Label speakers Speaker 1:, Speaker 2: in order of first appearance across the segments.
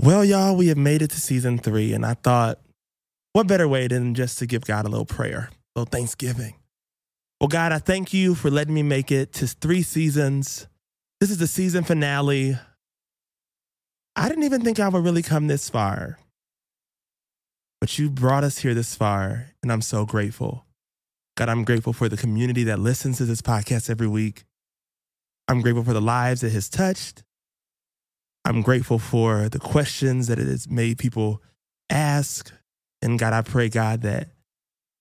Speaker 1: Well, y'all, we have made it to season three, and I thought, what better way than just to give God a little prayer, a little thanksgiving? Well, God, I thank you for letting me make it to three seasons. This is the season finale. I didn't even think I would really come this far, but you brought us here this far, and I'm so grateful. God, I'm grateful for the community that listens to this podcast every week. I'm grateful for the lives it has touched. I'm grateful for the questions that it has made people ask. And God, I pray, God, that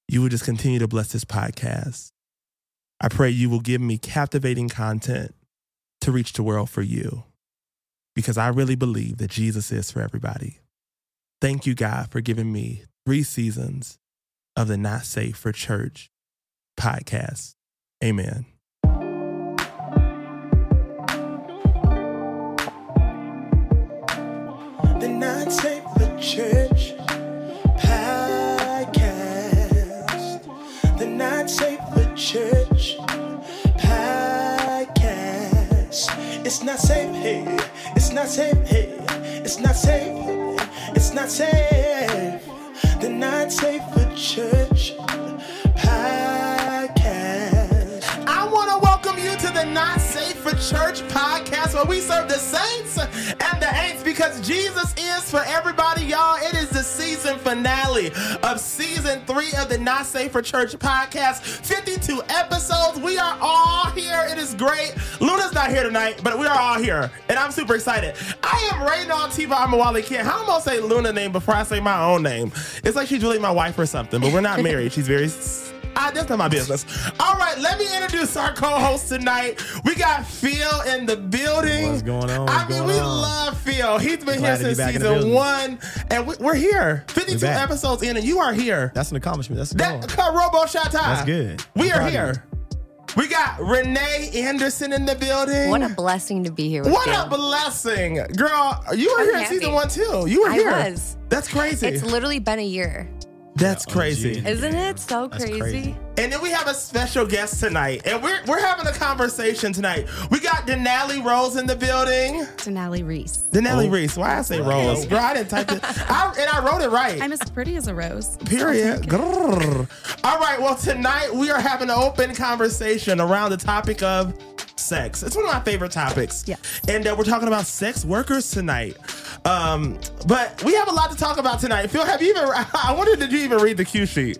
Speaker 1: you will just continue to bless this podcast. I pray you will give me captivating content to reach the world for you because I really believe that Jesus is for everybody. Thank you, God, for giving me three seasons of the Not Safe for Church podcast. Amen. The Not Safe for Church podcast. The Not Safe for Church podcast. It's not safe here. It's not safe here. It's not safe. It's not safe. The Not Safe for Church podcast. I want to welcome you to the Not Safe for Church podcast where we serve the saints and the ain'ts because Jesus is for everybody, y'all. It is the season finale of season three of the Not Safe for Church podcast. 52 episodes. We are all here. It is great. Luna's not here tonight, but we are all here. And I'm super excited. I am Raynaud Tiba Amawali Kid. How am I going to say Luna's name before I say my own name? It's like she's really my wife or something, but we're not married. She's very I, that's not my business. All right, let me introduce our co-host tonight. We got Phil in the building.
Speaker 2: What's going on?
Speaker 1: I
Speaker 2: What's
Speaker 1: mean,
Speaker 2: going
Speaker 1: we
Speaker 2: on?
Speaker 1: love Phil. He's been
Speaker 2: Glad to be
Speaker 1: here since
Speaker 2: back in the
Speaker 1: season one,
Speaker 2: building.
Speaker 1: and we, we're here. Fifty-two
Speaker 2: back.
Speaker 1: episodes in, and you are here.
Speaker 2: That's an accomplishment. That's a
Speaker 1: That
Speaker 2: goal.
Speaker 1: cut Robo Shot Time.
Speaker 2: That's good.
Speaker 1: We
Speaker 2: I'm
Speaker 1: are
Speaker 2: proud of you.
Speaker 1: here. We got Renee Anderson in the building.
Speaker 3: What a blessing to be here with
Speaker 1: What
Speaker 3: you.
Speaker 1: a blessing, girl! You were
Speaker 3: I'm
Speaker 1: here in
Speaker 3: happy.
Speaker 1: season one too. You were
Speaker 3: I
Speaker 1: here.
Speaker 3: was.
Speaker 1: That's crazy.
Speaker 3: It's literally been a year.
Speaker 1: That's
Speaker 2: Yeah, OG.
Speaker 1: crazy.
Speaker 3: Isn't it so
Speaker 2: That's
Speaker 3: crazy?
Speaker 2: crazy.
Speaker 1: And then we have a special guest tonight, and we're we're having a conversation tonight. We got Denali Rose in the building.
Speaker 4: Denali Reese.
Speaker 1: Denali
Speaker 2: Oh.
Speaker 1: Reese, why I say
Speaker 2: Wow.
Speaker 1: Rose? Girl, I didn't type it, I, and I wrote it right.
Speaker 4: I'm as pretty as a rose.
Speaker 1: Period. Grrr. All right. Well, tonight we are having an open conversation around the topic of sex. It's one of my favorite topics.
Speaker 4: Yes.
Speaker 1: And uh, we're talking about sex workers tonight. Um, but we have a lot to talk about tonight. Phil, have you even? I wonder, did you even read the cue sheet?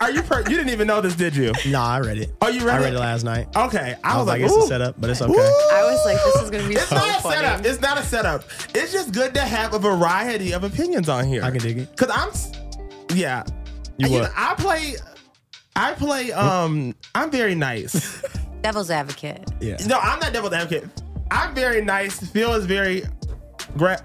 Speaker 1: are you? Per- you didn't even know this, did you?
Speaker 2: Nah, I read it.
Speaker 1: Oh, you read
Speaker 2: I
Speaker 1: it?
Speaker 2: read it last night.
Speaker 1: Okay, I,
Speaker 2: I was like, it's
Speaker 1: ooh.
Speaker 2: a setup, but it's okay.
Speaker 3: I was like, this is gonna be
Speaker 1: it's
Speaker 3: so
Speaker 1: not
Speaker 3: funny.
Speaker 1: a setup. It's not a setup. It's just good to have a variety of opinions on here.
Speaker 2: I can dig it.
Speaker 1: Cause I'm, s- yeah. You
Speaker 2: You
Speaker 1: know,
Speaker 2: what?
Speaker 1: I play, I play. Um, I'm very nice.
Speaker 3: Devil's advocate.
Speaker 2: Yeah.
Speaker 1: no, I'm not devil's advocate. I'm very nice. Phil is very, gra-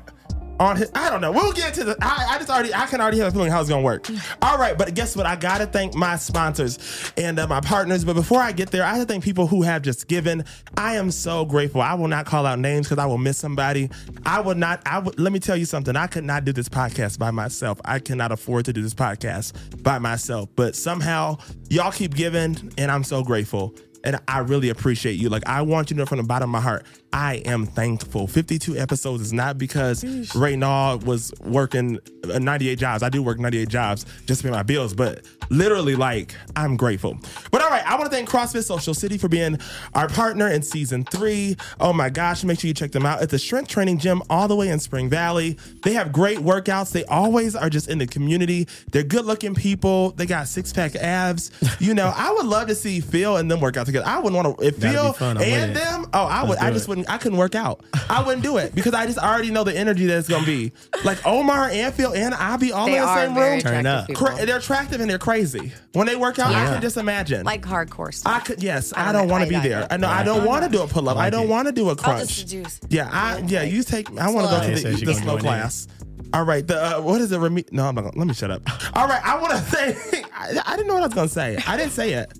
Speaker 1: on his. I don't know. We'll get to the. I, I just already. I can already have a feeling how it's gonna work. All right, but guess what? I gotta thank my sponsors and uh, my partners. But before I get there, I have to thank people who have just given. I am so grateful. I will not call out names because I will miss somebody. I would not. I would. Let me tell you something. I could not do this podcast by myself. I cannot afford to do this podcast by myself. But somehow y'all keep giving, and I'm so grateful and I really appreciate you. Like I want you to know from the bottom of my heart, I am thankful. 52 episodes is not because Raynaud was working uh, 98 jobs. I do work 98 jobs just to pay my bills, but literally, like I'm grateful. But all right, I want to thank CrossFit Social City for being our partner in season three. Oh my gosh, make sure you check them out at the Strength Training Gym all the way in Spring Valley. They have great workouts. They always are just in the community. They're good looking people. They got six pack abs. You know, I would love to see Phil and them work out together. I wouldn't want to. If
Speaker 2: That'd be
Speaker 1: Phil
Speaker 2: fun. I'm with
Speaker 1: and
Speaker 2: it.
Speaker 1: them, oh, I would.
Speaker 2: Let's
Speaker 1: I
Speaker 2: do
Speaker 1: just
Speaker 2: it.
Speaker 1: wouldn't. I couldn't work out. I wouldn't do it because I just already know the energy that it's gonna be. Like Omar and Phil and I be all
Speaker 3: They
Speaker 1: in the
Speaker 3: are
Speaker 1: same
Speaker 3: very
Speaker 1: room.
Speaker 3: attractive
Speaker 2: Turn up.
Speaker 3: people.
Speaker 1: Cra- they're attractive and they're crazy. When they work out, I
Speaker 3: Yeah.
Speaker 1: can just imagine.
Speaker 3: like hardcore stuff.
Speaker 1: I could yes. I
Speaker 3: I
Speaker 1: don't
Speaker 3: don't-
Speaker 1: want
Speaker 3: I
Speaker 1: to be
Speaker 3: like
Speaker 1: there.
Speaker 3: it.
Speaker 1: I know. I don't want to do a pull up. I
Speaker 2: like
Speaker 1: don't
Speaker 2: it.
Speaker 1: want to do a
Speaker 3: I'll
Speaker 1: crunch.
Speaker 3: just seduce.
Speaker 1: Yeah, I yeah. You take. I want to
Speaker 3: slow.
Speaker 1: go
Speaker 2: Yeah,
Speaker 1: to
Speaker 2: so
Speaker 1: the,
Speaker 2: she
Speaker 1: the
Speaker 2: can
Speaker 1: slow
Speaker 2: join in.
Speaker 1: class. All right. The uh, what is the rem- No, I'm not. Gonna, let me shut up. All right. I want to say. I, I didn't know what I was gonna say. I didn't say it.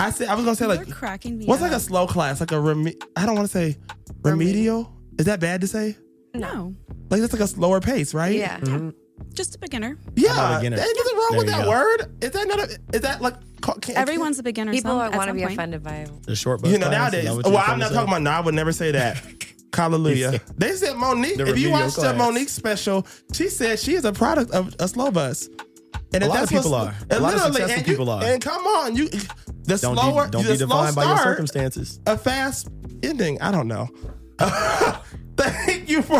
Speaker 1: I said I was gonna say like
Speaker 4: You're cracking me
Speaker 1: what's
Speaker 4: up.
Speaker 1: like a slow class like a rem. I don't want to say remedial. Is that bad to say?
Speaker 4: no,
Speaker 1: Like that's like a slower pace, right?
Speaker 3: Yeah.
Speaker 4: Mm-hmm. just a beginner.
Speaker 1: Yeah.
Speaker 2: about
Speaker 1: Ain't
Speaker 2: beginner?
Speaker 1: nothing wrong
Speaker 2: There
Speaker 1: with
Speaker 2: you
Speaker 1: that
Speaker 2: go.
Speaker 1: word. Is that not? A, is that like? ca- Can't,
Speaker 4: Everyone's a beginner.
Speaker 3: People
Speaker 4: some, at
Speaker 3: want to
Speaker 4: some
Speaker 3: be
Speaker 4: point.
Speaker 3: offended by
Speaker 2: The short bus
Speaker 1: you know
Speaker 2: class,
Speaker 1: nowadays.
Speaker 2: is that what
Speaker 1: Well,
Speaker 2: you're
Speaker 1: I'm
Speaker 2: trying
Speaker 1: not
Speaker 2: to
Speaker 1: talking
Speaker 2: say?
Speaker 1: about. No, I would never say that. Hallelujah. They said Monique.
Speaker 2: The
Speaker 1: If you
Speaker 2: remedial
Speaker 1: watched the
Speaker 2: class.
Speaker 1: Monique special, she said she is a product of a slow bus. And
Speaker 2: A
Speaker 1: if
Speaker 2: lot of
Speaker 1: that's
Speaker 2: people
Speaker 1: what's-
Speaker 2: are.
Speaker 1: and
Speaker 2: A lot of
Speaker 1: literally,
Speaker 2: successful
Speaker 1: and you-
Speaker 2: people are.
Speaker 1: And come on, you the
Speaker 2: Don't
Speaker 1: slower
Speaker 2: be, don't
Speaker 1: the
Speaker 2: be
Speaker 1: slow
Speaker 2: defined by your
Speaker 1: start,
Speaker 2: circumstances.
Speaker 1: a fast ending. I don't know. thank you for.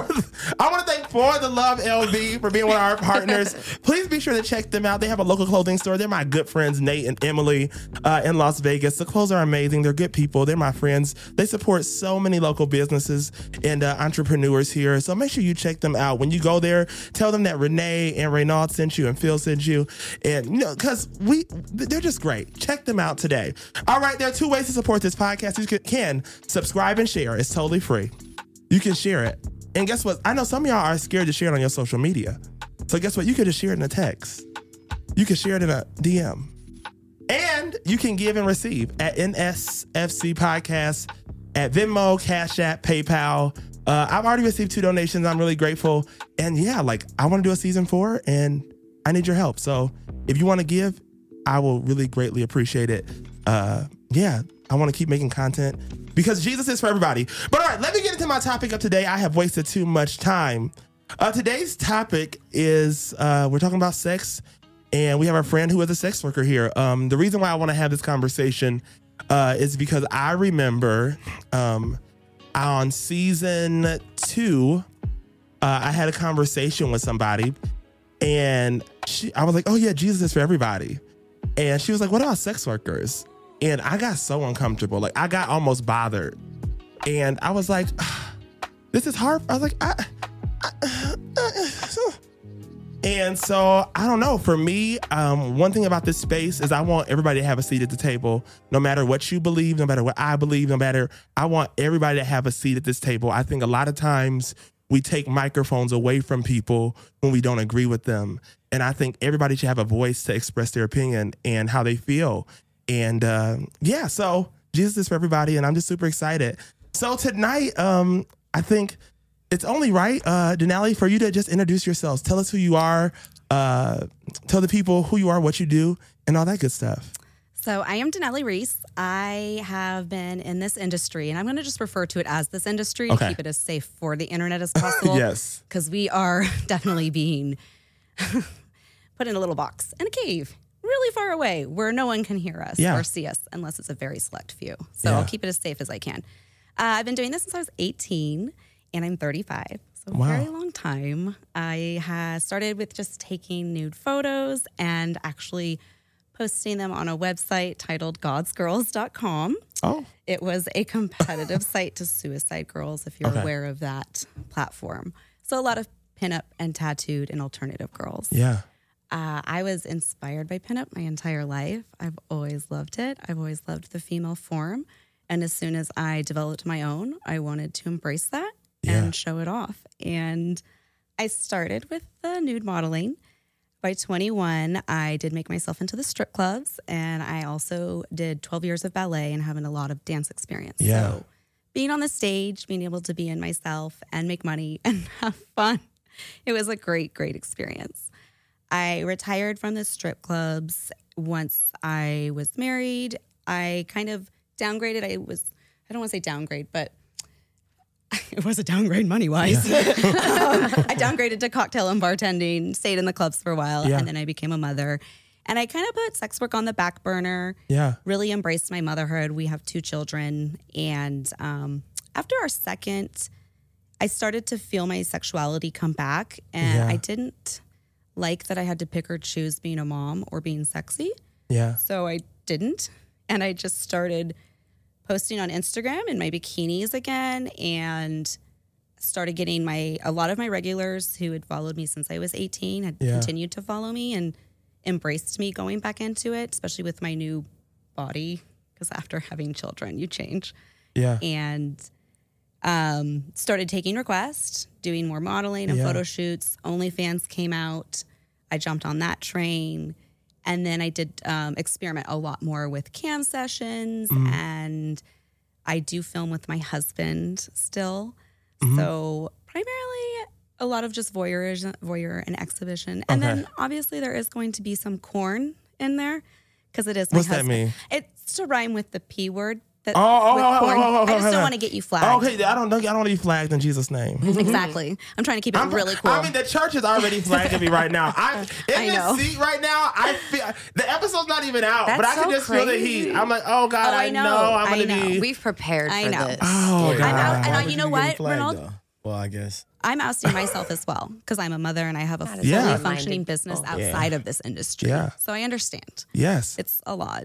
Speaker 1: I want to thank for the love LV for being one of our partners. Please be sure to check them out. They have a local clothing store. They're my good friends, Nate and Emily, uh, in Las Vegas. The clothes are amazing. They're good people. They're my friends. They support so many local businesses and uh, entrepreneurs here. So make sure you check them out when you go there. Tell them that Renee and Reynaud sent you and Phil sent you, and you know because we they're just great. Check them out today. All right, there are two ways to support this podcast. You can- can subscribe and share. It's totally free you can share it. And guess what? I know some of y'all are scared to share it on your social media. So guess what? You can just share it in a text. You can share it in a DM. And you can give and receive at NSFC Podcast, at Venmo, Cash App, PayPal. Uh, I've already received two donations. I'm really grateful. And yeah, like I want to do a season four and I need your help. So if you want to give, I will really greatly appreciate it. Uh, yeah, I want to keep making content because Jesus is for everybody. But all right, let me get into my topic of today. I have wasted too much time. Uh, today's topic is uh, we're talking about sex and we have our friend who is a sex worker here. Um, the reason why I want to have this conversation uh, is because I remember um, on season two, uh, I had a conversation with somebody, and she, I was like, "Oh yeah, Jesus is for everybody," and she was like, "What about sex workers?" And I got so uncomfortable, like I got almost bothered, and I was like, "This is hard." I was like, I, I and so I don't know. For me, um, one thing about this space is I want everybody to have a seat at the table, no matter what you believe, no matter what I believe, no matter I want everybody to have a seat at this table. I think a lot of times we take microphones away from people when we don't agree with them, and I think everybody should have a voice to express their opinion and how they feel. And uh, yeah, so Jesus is for everybody, and I'm just super excited. So tonight, um, I think it's only right, uh, Denali, for you to just introduce yourselves. Tell us who you are. Uh, tell the people who you are, what you do, and all that good stuff.
Speaker 4: So I am Denali Reese. I have been in this industry, and I'm going to just refer to it as this industry
Speaker 1: Okay.
Speaker 4: to keep it as safe for the internet as possible.
Speaker 1: Yes.
Speaker 4: Because we are definitely being put in a little box in a cave, really far away, where no one can hear us
Speaker 1: Yeah.
Speaker 4: or see us unless it's a very select few. So I'll
Speaker 1: Yeah.
Speaker 4: keep it as safe as I can. Uh, I've been doing this since I was 18, and I'm 35. So
Speaker 1: Wow.
Speaker 4: very long time. I ha- started with just taking nude photos and actually posting them on a website titled godsgirls.com.
Speaker 1: Oh,
Speaker 4: It was a competitive site to Suicide Girls, if you're
Speaker 1: Okay.
Speaker 4: aware of that platform. So a lot of pinup and tattooed and alternative girls.
Speaker 1: yeah.
Speaker 4: Uh, I was inspired by pinup my entire life. I've always loved it. I've always loved the female form. And as soon as I developed my own, I wanted to embrace that
Speaker 1: Yeah.
Speaker 4: and show it off. And I started with the nude modeling. By 21, I did make myself into the strip clubs. And I also did 12 years of ballet and having a lot of dance experience.
Speaker 1: Yeah.
Speaker 4: So being on the stage, being able to be in myself and make money and have fun, it was a great, great experience. I retired from the strip clubs once I was married. I kind of downgraded. I was, I don't want to say downgrade, but it was a downgrade money wise. I downgraded to cocktail and bartending, stayed in the clubs for a while,
Speaker 1: Yeah.
Speaker 4: and then I became a mother. And I kind of put sex work on the back burner
Speaker 1: Yeah.
Speaker 4: really embraced my motherhood. We have two children. And um, after our second, I started to feel my sexuality come back. And
Speaker 1: Yeah.
Speaker 4: I didn't like that I had to pick or choose being a mom or being sexy.
Speaker 1: Yeah.
Speaker 4: So I didn't. And I just started posting on Instagram in my bikinis again and started getting my a lot of my regulars who had followed me since I was 18 had
Speaker 1: Yeah.
Speaker 4: continued to follow me and embraced me going back into it, especially with my new body because after having children you change
Speaker 1: Yeah.
Speaker 4: and um, started taking requests, doing more modeling and
Speaker 1: Yeah.
Speaker 4: photo shoots. OnlyFans came out. I jumped on that train. And then I did um, experiment a lot more with cam sessions.
Speaker 1: Mm-hmm.
Speaker 4: And I do film with my husband still.
Speaker 1: Mm-hmm.
Speaker 4: So, primarily a lot of just voyeurism, voyeur and exhibition. And
Speaker 1: Okay.
Speaker 4: then obviously there is going to be some corn in there because it is my
Speaker 1: What's that
Speaker 4: husband.
Speaker 1: mean?
Speaker 4: It's to rhyme with the P word, That,
Speaker 1: Oh, oh,
Speaker 4: with
Speaker 1: oh, oh,
Speaker 4: porn.
Speaker 1: oh, oh, oh,
Speaker 4: I just
Speaker 1: oh,
Speaker 4: don't
Speaker 1: oh.
Speaker 4: want to get you flagged.
Speaker 1: Okay, I don't I don't want to be flagged in Jesus' name.
Speaker 4: Exactly. I'm trying to keep it
Speaker 1: I'm
Speaker 4: really cool.
Speaker 1: I mean, the church is already flagging me right now. I'm in
Speaker 4: I
Speaker 1: this
Speaker 4: know.
Speaker 1: seat right now. I feel the episode's not even out, but
Speaker 3: That's
Speaker 1: I can
Speaker 3: so
Speaker 1: just feel the heat.
Speaker 3: crazy.
Speaker 1: I'm like, oh god,
Speaker 4: Oh,
Speaker 1: I,
Speaker 4: I
Speaker 1: know.
Speaker 4: know.
Speaker 1: I'm
Speaker 4: I
Speaker 1: gonna
Speaker 4: know.
Speaker 1: be.
Speaker 3: We've prepared
Speaker 4: I
Speaker 3: for
Speaker 4: know.
Speaker 3: this.
Speaker 1: Oh god.
Speaker 4: I'm out,
Speaker 1: Why
Speaker 4: and I,
Speaker 1: would
Speaker 4: you know
Speaker 1: be
Speaker 4: what,
Speaker 1: getting flagged,
Speaker 4: Ronald?
Speaker 1: though?
Speaker 2: Well, I guess.
Speaker 4: I'm ousting myself as well because I'm a mother and I have a
Speaker 3: Not as
Speaker 4: fully
Speaker 1: Yeah.
Speaker 4: functioning
Speaker 3: minded
Speaker 4: business
Speaker 3: people.
Speaker 4: outside of this industry.
Speaker 1: Yeah.
Speaker 4: So I understand.
Speaker 1: Yes.
Speaker 4: It's a lot,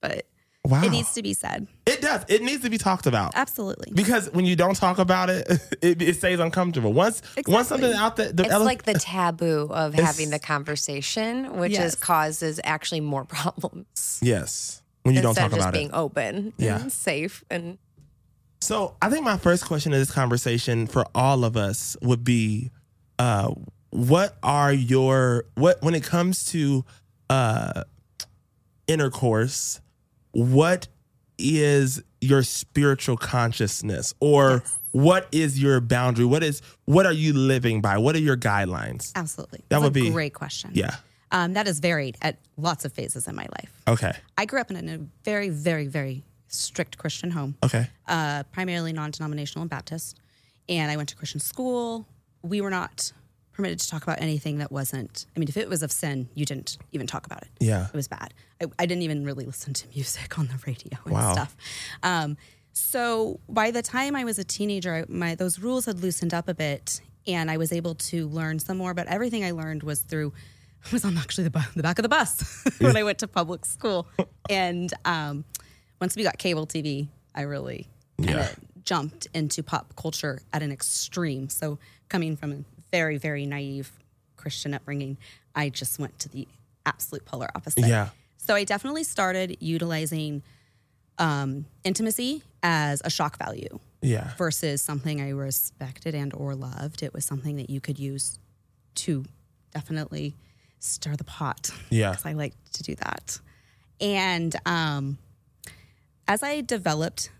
Speaker 4: but
Speaker 1: wow.
Speaker 4: it needs to be said.
Speaker 1: It does. It needs to be talked about.
Speaker 4: Absolutely.
Speaker 1: Because when you don't talk about it, it, it stays uncomfortable. Once once
Speaker 4: Exactly.
Speaker 1: something out there, the
Speaker 3: It's
Speaker 1: ele-
Speaker 3: like the taboo of having the conversation, which is
Speaker 4: Yes.
Speaker 3: causes actually more problems.
Speaker 1: yes, when you don't
Speaker 3: instead
Speaker 1: talk
Speaker 3: of just
Speaker 1: about
Speaker 3: being
Speaker 1: it.
Speaker 3: open
Speaker 1: Yeah.
Speaker 3: and safe and
Speaker 1: So I think my first question in this conversation for all of us would be, uh, what are your what when it comes to uh, intercourse? What is your spiritual consciousness, or what is your boundary? What is what are you living by? What are your guidelines?
Speaker 4: Absolutely.
Speaker 1: That
Speaker 4: It's
Speaker 1: would
Speaker 4: a
Speaker 1: be-
Speaker 4: great question.
Speaker 1: Yeah.
Speaker 4: Um, that is varied at lots of phases in my life.
Speaker 1: Okay.
Speaker 4: I grew up in a very, very, very strict Christian home.
Speaker 1: Okay.
Speaker 4: uh, primarily non-denominational and Baptist, and I went to Christian school. We were not permitted to talk about anything that wasn't. I mean, if it was of sin, you didn't even talk about it.
Speaker 1: Yeah.
Speaker 4: it was bad. I, I didn't even really listen to music on the radio and
Speaker 1: Wow.
Speaker 4: stuff. Um, so by the time I was a teenager, I, my those rules had loosened up a bit, and I was able to learn some more. But everything I learned was through was on actually the, bu- the back of the bus when I went to public school. And um, once we got cable TV, I really kind
Speaker 1: Yeah.
Speaker 4: of jumped into pop culture at an extreme. So coming from a very very naive Christian upbringing, I just went to the absolute polar opposite.
Speaker 1: Yeah.
Speaker 4: So I definitely started utilizing um, intimacy as a shock value
Speaker 1: Yeah.
Speaker 4: versus something I respected and or loved. It was something that you could use to definitely stir the pot.
Speaker 1: Yeah.
Speaker 4: Because I like to do that. And um, as I developed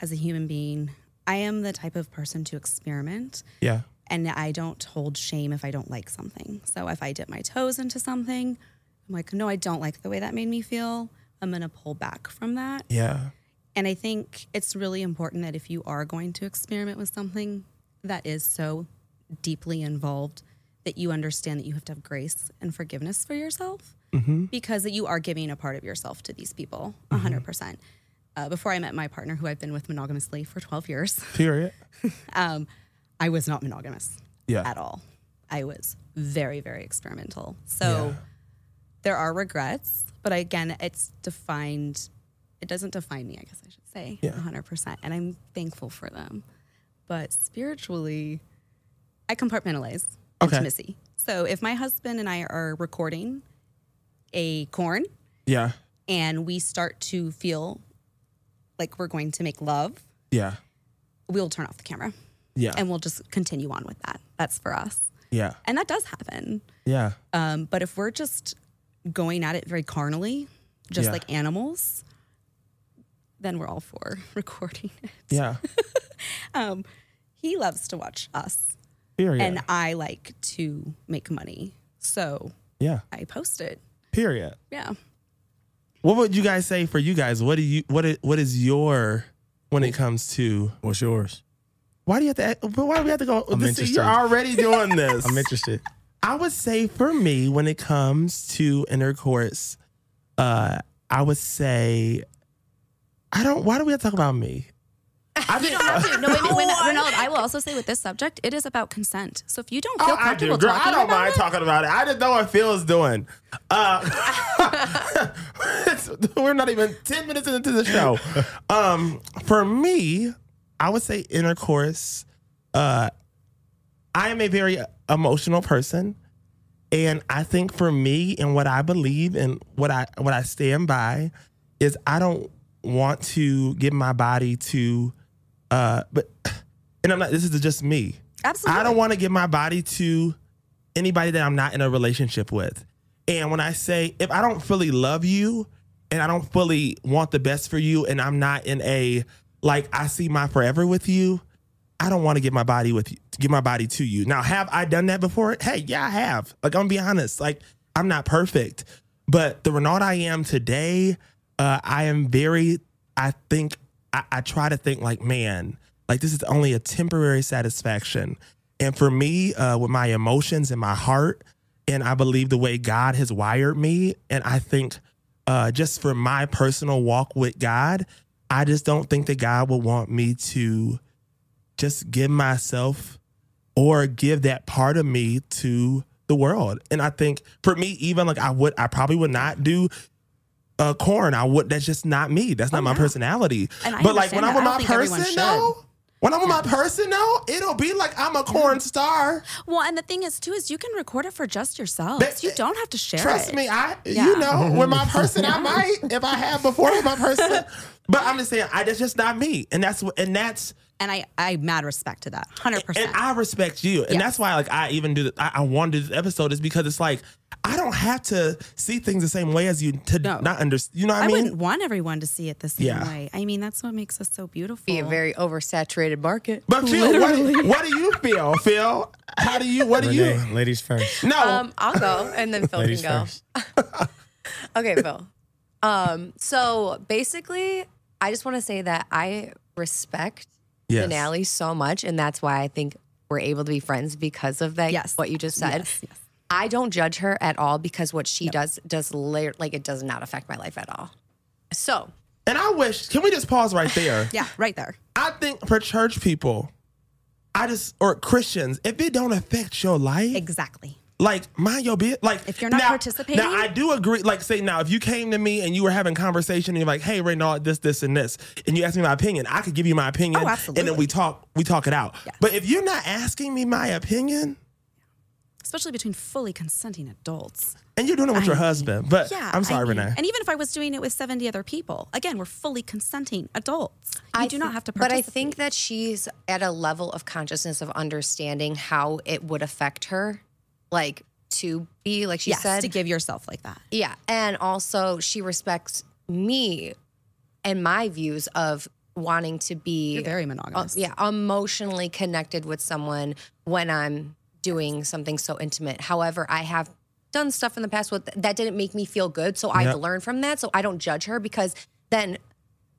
Speaker 4: as a human being, I am the type of person to experiment
Speaker 1: Yeah.
Speaker 4: and I don't hold shame if I don't like something. So if I dip my toes into something, I'm like, no, I don't like the way that made me feel. I'm going to pull back from that.
Speaker 1: Yeah.
Speaker 4: And I think it's really important that if you are going to experiment with something that is so deeply involved, that you understand that you have to have grace and forgiveness for yourself because that you are giving a part of yourself to these people 100%. Uh, before I met my partner, who I've been with monogamously for 12 years,
Speaker 1: Period.
Speaker 4: um, I was not monogamous
Speaker 1: Yeah.
Speaker 4: at all. I was very, very experimental. So there are regrets, but again, it's defined, it doesn't define me, I guess I should say,
Speaker 1: Yeah.
Speaker 4: 100%. And I'm thankful for them. But spiritually, I compartmentalize
Speaker 1: Okay.
Speaker 4: intimacy. So if my husband and I are recording a corn
Speaker 1: Yeah.
Speaker 4: and we start to feel like we're going to make love,
Speaker 1: Yeah.
Speaker 4: we'll turn off the camera
Speaker 1: Yeah.
Speaker 4: and we'll just continue on with that. That's for us.
Speaker 1: Yeah.
Speaker 4: And that does happen.
Speaker 1: Yeah.
Speaker 4: Um, but if we're just going at it very carnally, just
Speaker 1: Yeah.
Speaker 4: like animals, then we're all for recording it.
Speaker 1: Yeah.
Speaker 4: Um, he loves to watch us,
Speaker 1: Period.
Speaker 4: and I like to make money. So
Speaker 1: yeah.
Speaker 4: I post it.
Speaker 1: Period.
Speaker 4: Yeah.
Speaker 1: What would you guys say for you guys? What do you what is, what is your when it comes to
Speaker 2: What's yours?
Speaker 1: why do you have to? act- But why do we have to go?
Speaker 2: I'm
Speaker 1: this,
Speaker 2: interested.
Speaker 1: you're already doing this.
Speaker 2: I'm interested.
Speaker 1: I would say for me, when it comes to intercourse, uh, I would say I don't. Why do we have to talk about me? I think.
Speaker 3: Dude, no, wait, a minute,
Speaker 1: Oh,
Speaker 3: wait, a minute, Ronald. I will also say with this subject, it is about consent. So if you don't feel
Speaker 1: Oh, I
Speaker 3: comfortable
Speaker 1: do, girl.
Speaker 3: talking
Speaker 1: I don't
Speaker 3: about
Speaker 1: mind
Speaker 3: it,
Speaker 1: talking about it. I just know what Phil's doing. Uh, it's- we're not even ten minutes into the show. Um, for me, I would say intercourse. Uh, I am a very emotional person, and I think for me and what I believe and what I what I stand by is I don't want to give my body to, uh, but and I'm not. This is just me.
Speaker 4: Absolutely.
Speaker 1: I don't want to give my body to anybody that I'm not in a relationship with. And when I say if I don't fully love you and I don't fully want the best for you and I'm not in a like I see my forever with you, I don't want to give my body with you, give my body to you. Now, have I done that before? Hey, yeah, I have. Like I'm gonna be honest, like I'm not perfect, but the Renaud I am today, uh, I am very I think I, I try to think like, man, like this is only a temporary satisfaction. And for me, uh, with my emotions and my heart, and I believe the way God has wired me, and I think uh, just for my personal walk with God, I just don't think that God would want me to just give myself or give that part of me to the world. And I think for me, even like I would, I probably would not do uh, corn. I would. That's just not me. That's not my personality.
Speaker 3: Oh, And I
Speaker 1: but like
Speaker 3: understand
Speaker 1: when I'm
Speaker 3: that.
Speaker 1: with
Speaker 3: I don't
Speaker 1: my
Speaker 3: think everyone
Speaker 1: person,
Speaker 3: should.
Speaker 1: no. When I'm with my person, no, it'll be like I'm a
Speaker 3: Mm-hmm.
Speaker 1: corn star.
Speaker 3: Well, and the thing is too is you can record it for just yourself.
Speaker 1: That-
Speaker 3: you don't have to share
Speaker 1: Trust
Speaker 3: it.
Speaker 1: me, I
Speaker 3: Yeah.
Speaker 1: you know with my person, I might if I have before with my person. But I'm just saying, I that's just not me, and that's what and that's
Speaker 4: And I, I mad respect to that. 100%.
Speaker 1: and I respect you, and
Speaker 4: Yes.
Speaker 1: that's why like I even do. The, I, I wanted to do this episode is because it's like I don't have to see things the same way as you to
Speaker 4: No.
Speaker 1: not understand. You know what
Speaker 4: I,
Speaker 1: I, mean?
Speaker 4: wouldn't want everyone to see it the same
Speaker 1: Yeah.
Speaker 4: way. I mean, that's what makes us so beautiful.
Speaker 2: Be a very oversaturated market.
Speaker 1: But Phil, what, what do you feel, Phil? How do you? What do you?
Speaker 5: Renee, ladies first.
Speaker 1: No,
Speaker 2: Um, I'll go and then Phil can
Speaker 5: Ladies
Speaker 2: go.
Speaker 5: first.
Speaker 2: Okay, Phil. Um, so basically, I just want to say that I respect
Speaker 1: Yes.
Speaker 2: Denali so much, and that's why I think we're able to be friends because of that.
Speaker 4: Yes.
Speaker 2: what you just said. I don't judge her at all because what she does does la- like it does not affect my life at all. So
Speaker 1: and I wish. Can we just pause right there?
Speaker 4: yeah, right there.
Speaker 1: I think for church people, I just or Christians, if it don't affect your life,
Speaker 4: Exactly.
Speaker 1: like mind your business. Like
Speaker 3: If you're not
Speaker 1: now-
Speaker 3: participating-
Speaker 1: now I do agree. Like say now, if you came to me and you were having conversation and you're like, "Hey, Reynald, this, this, and this," and you ask me my opinion, I could give you my opinion,
Speaker 4: Oh,
Speaker 1: and
Speaker 4: absolutely.
Speaker 1: then we talk, we talk it out. But if you're not asking me my opinion.
Speaker 3: Especially between fully consenting adults.
Speaker 1: And you're doing it with your husband, but
Speaker 3: Yeah.
Speaker 1: I'm
Speaker 3: I
Speaker 1: sorry,
Speaker 3: mean,
Speaker 1: Renee.
Speaker 3: And even if I was doing it with 70 other people, again, we're fully consenting adults. You
Speaker 2: I
Speaker 3: do not
Speaker 2: thi-
Speaker 3: have to
Speaker 2: But I
Speaker 3: participate.
Speaker 2: think that she's at a level of consciousness of understanding how it would affect her, like to be like she
Speaker 4: yes,
Speaker 2: said
Speaker 4: to give yourself like that.
Speaker 2: Yeah. And also, she respects me and my views of wanting to be
Speaker 4: You're very
Speaker 2: uh,
Speaker 4: monogamous.
Speaker 2: yeah, emotionally connected with someone when I'm doing something so intimate. However, I have done stuff in the past with that didn't make me feel good. So I've learned from that. So I don't judge her because then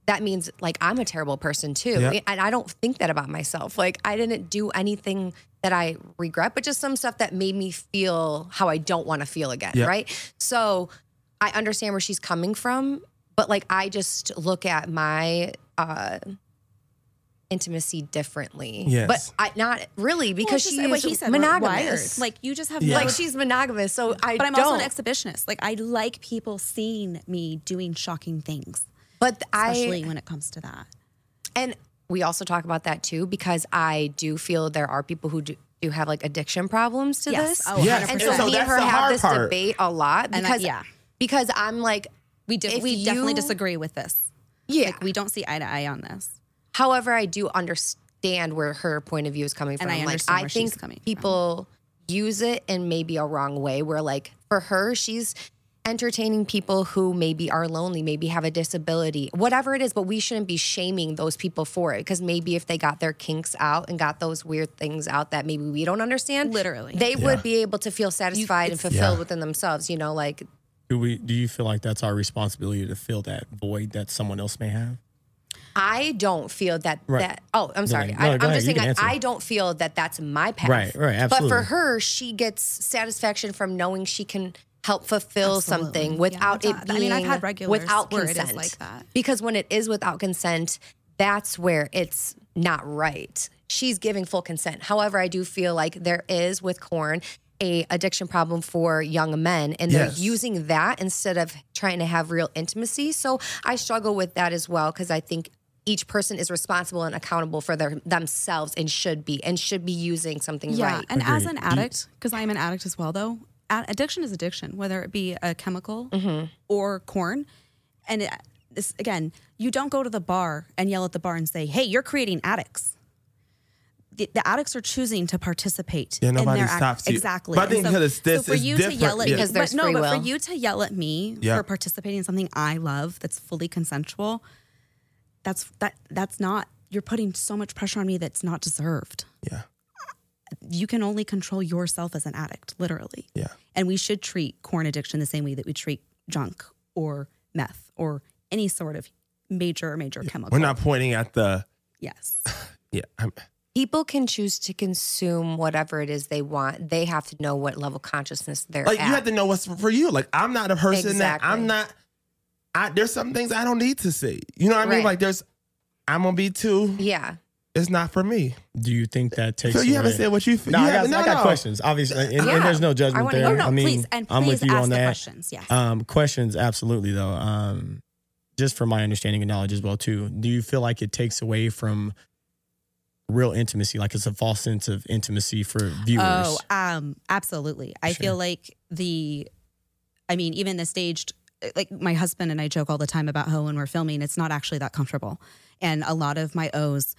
Speaker 2: that means like I'm a terrible person too.
Speaker 1: Yeah.
Speaker 2: And I don't think that about myself. Like I didn't do anything that I regret, but just some stuff that made me feel how I don't want to feel again.
Speaker 1: Yeah.
Speaker 2: Right. So I understand where she's coming from, but like I just look at my uh intimacy differently.
Speaker 1: Yes.
Speaker 2: But I not really
Speaker 3: Well, it's
Speaker 2: because
Speaker 3: just
Speaker 2: she's
Speaker 3: what he said, we're
Speaker 2: monogamous.
Speaker 3: wired. Like you just have
Speaker 1: Yeah.
Speaker 3: no-
Speaker 2: like she's monogamous. So I
Speaker 3: But I'm
Speaker 2: don't.
Speaker 3: also an exhibitionist. Like I like people seeing me doing shocking things,
Speaker 2: but I
Speaker 3: especially when it comes to that.
Speaker 2: And we also talk about that too because I do feel there are people who do, do have like addiction problems to
Speaker 4: Yes.
Speaker 2: this.
Speaker 4: Oh,
Speaker 1: Yes.
Speaker 2: And
Speaker 4: 100%.
Speaker 2: so,
Speaker 1: And so
Speaker 2: me and
Speaker 1: that's
Speaker 2: her
Speaker 1: the
Speaker 2: have
Speaker 1: hard
Speaker 2: this
Speaker 1: part.
Speaker 2: debate a lot
Speaker 4: And I-
Speaker 2: because
Speaker 4: yeah.
Speaker 2: because I'm like
Speaker 4: We, di-
Speaker 2: If
Speaker 4: we definitely
Speaker 2: you-
Speaker 4: disagree with this.
Speaker 2: yeah.
Speaker 4: Like, we don't see eye to eye on this.
Speaker 2: However, I do understand where her point of view is coming from.
Speaker 4: And I
Speaker 2: like
Speaker 4: understand
Speaker 2: I
Speaker 4: where
Speaker 2: think
Speaker 4: she's coming from.
Speaker 2: people use it in maybe a wrong way where like for her she's entertaining people who maybe are lonely, maybe have a disability, whatever it is, but we shouldn't be shaming those people for it because maybe if they got their kinks out and got those weird things out that maybe we don't understand,
Speaker 4: Literally.
Speaker 2: they would be able to feel satisfied and fulfilled
Speaker 1: Yeah.
Speaker 2: within themselves, you know, like
Speaker 5: Do we? Do you feel like that's our responsibility to fill that void that someone else may have?
Speaker 2: I don't feel that
Speaker 5: Right.
Speaker 2: that. Oh, I'm sorry.
Speaker 5: no,
Speaker 2: I, I'm
Speaker 5: go ahead.
Speaker 2: just
Speaker 5: You
Speaker 2: saying
Speaker 5: can
Speaker 2: like,
Speaker 5: answer.
Speaker 2: I don't feel that that's my path.
Speaker 5: Right, right,
Speaker 2: But for
Speaker 5: absolutely.
Speaker 2: her, she gets satisfaction from knowing she can help fulfill something without
Speaker 3: Yeah,
Speaker 2: it
Speaker 3: I
Speaker 2: being.
Speaker 3: mean, I've had regulars
Speaker 2: without
Speaker 3: where it is
Speaker 2: consent.
Speaker 3: like that.
Speaker 2: Because when it is without consent, that's where it's not right. She's giving full consent. However, I do feel like there is with corn a addiction problem for young men and they're
Speaker 1: Yes.
Speaker 2: using that instead of trying to have real intimacy. So I struggle with that as well cuz I think each person is responsible and accountable for their themselves and should be and should be using something
Speaker 3: Yeah,
Speaker 2: right.
Speaker 3: and as an
Speaker 5: Agreed.
Speaker 3: addict, because I am an addict as well, though, ad- addiction is addiction, whether it be a chemical
Speaker 2: Mm-hmm.
Speaker 3: or corn. And it, this, again, you don't go to the bar and yell at the bar and say, "Hey, you're creating addicts." The, the addicts are choosing to participate.
Speaker 1: Yeah,
Speaker 3: in
Speaker 1: nobody
Speaker 3: their act-
Speaker 1: stops you.
Speaker 3: Exactly.
Speaker 1: But I
Speaker 3: And
Speaker 1: think because it's this,
Speaker 3: so for
Speaker 1: it's
Speaker 3: you
Speaker 1: different,
Speaker 3: to yell at
Speaker 1: yeah.
Speaker 3: me,
Speaker 2: Because there's
Speaker 3: but no,
Speaker 2: free
Speaker 3: but
Speaker 2: will.
Speaker 3: for you to yell at me
Speaker 1: Yeah.
Speaker 3: for participating in something I love that's fully consensual, that's that that's not. You're putting so much pressure on me that's not deserved
Speaker 1: yeah,
Speaker 3: you can only control yourself as an addict, literally.
Speaker 1: yeah.
Speaker 3: And we should treat corn addiction the same way that we treat junk or meth or any sort of
Speaker 4: major, major chemical.
Speaker 1: We're not pointing at the
Speaker 4: yes.
Speaker 1: yeah. I'm,
Speaker 2: People can choose to consume whatever it is they want. They have to know what level consciousness they're
Speaker 1: like
Speaker 2: at.
Speaker 1: you have to know what's for you. Like I'm not a person that
Speaker 2: Exactly.
Speaker 1: I'm not. I there's some things I don't need to see. You know what I mean?
Speaker 2: Right.
Speaker 1: Like there's I'm gonna be too.
Speaker 2: yeah.
Speaker 1: It's not for me.
Speaker 5: Do you think that takes?
Speaker 1: So you haven't
Speaker 5: away-
Speaker 1: said what you. f-
Speaker 5: No,
Speaker 1: you
Speaker 5: I got,
Speaker 1: haven't-
Speaker 5: I got
Speaker 1: no.
Speaker 5: questions. Obviously, and, and
Speaker 2: Yeah.
Speaker 5: there's no judgment
Speaker 2: I wanna
Speaker 5: there.
Speaker 2: hear-
Speaker 4: Oh no,
Speaker 5: I mean,
Speaker 4: please and please
Speaker 5: I'm with you
Speaker 4: ask
Speaker 5: on
Speaker 4: the
Speaker 5: that.
Speaker 4: questions. Yes.
Speaker 5: Um, questions, absolutely though. Um, just from my understanding and knowledge as well too. Do you feel like it takes away from real intimacy? Like it's a false sense of intimacy for viewers.
Speaker 4: Oh, um, absolutely. I feel like the, I mean, even the staged, like my husband and I joke all the time about how when we're filming, it's not actually that comfortable, and a lot of my O's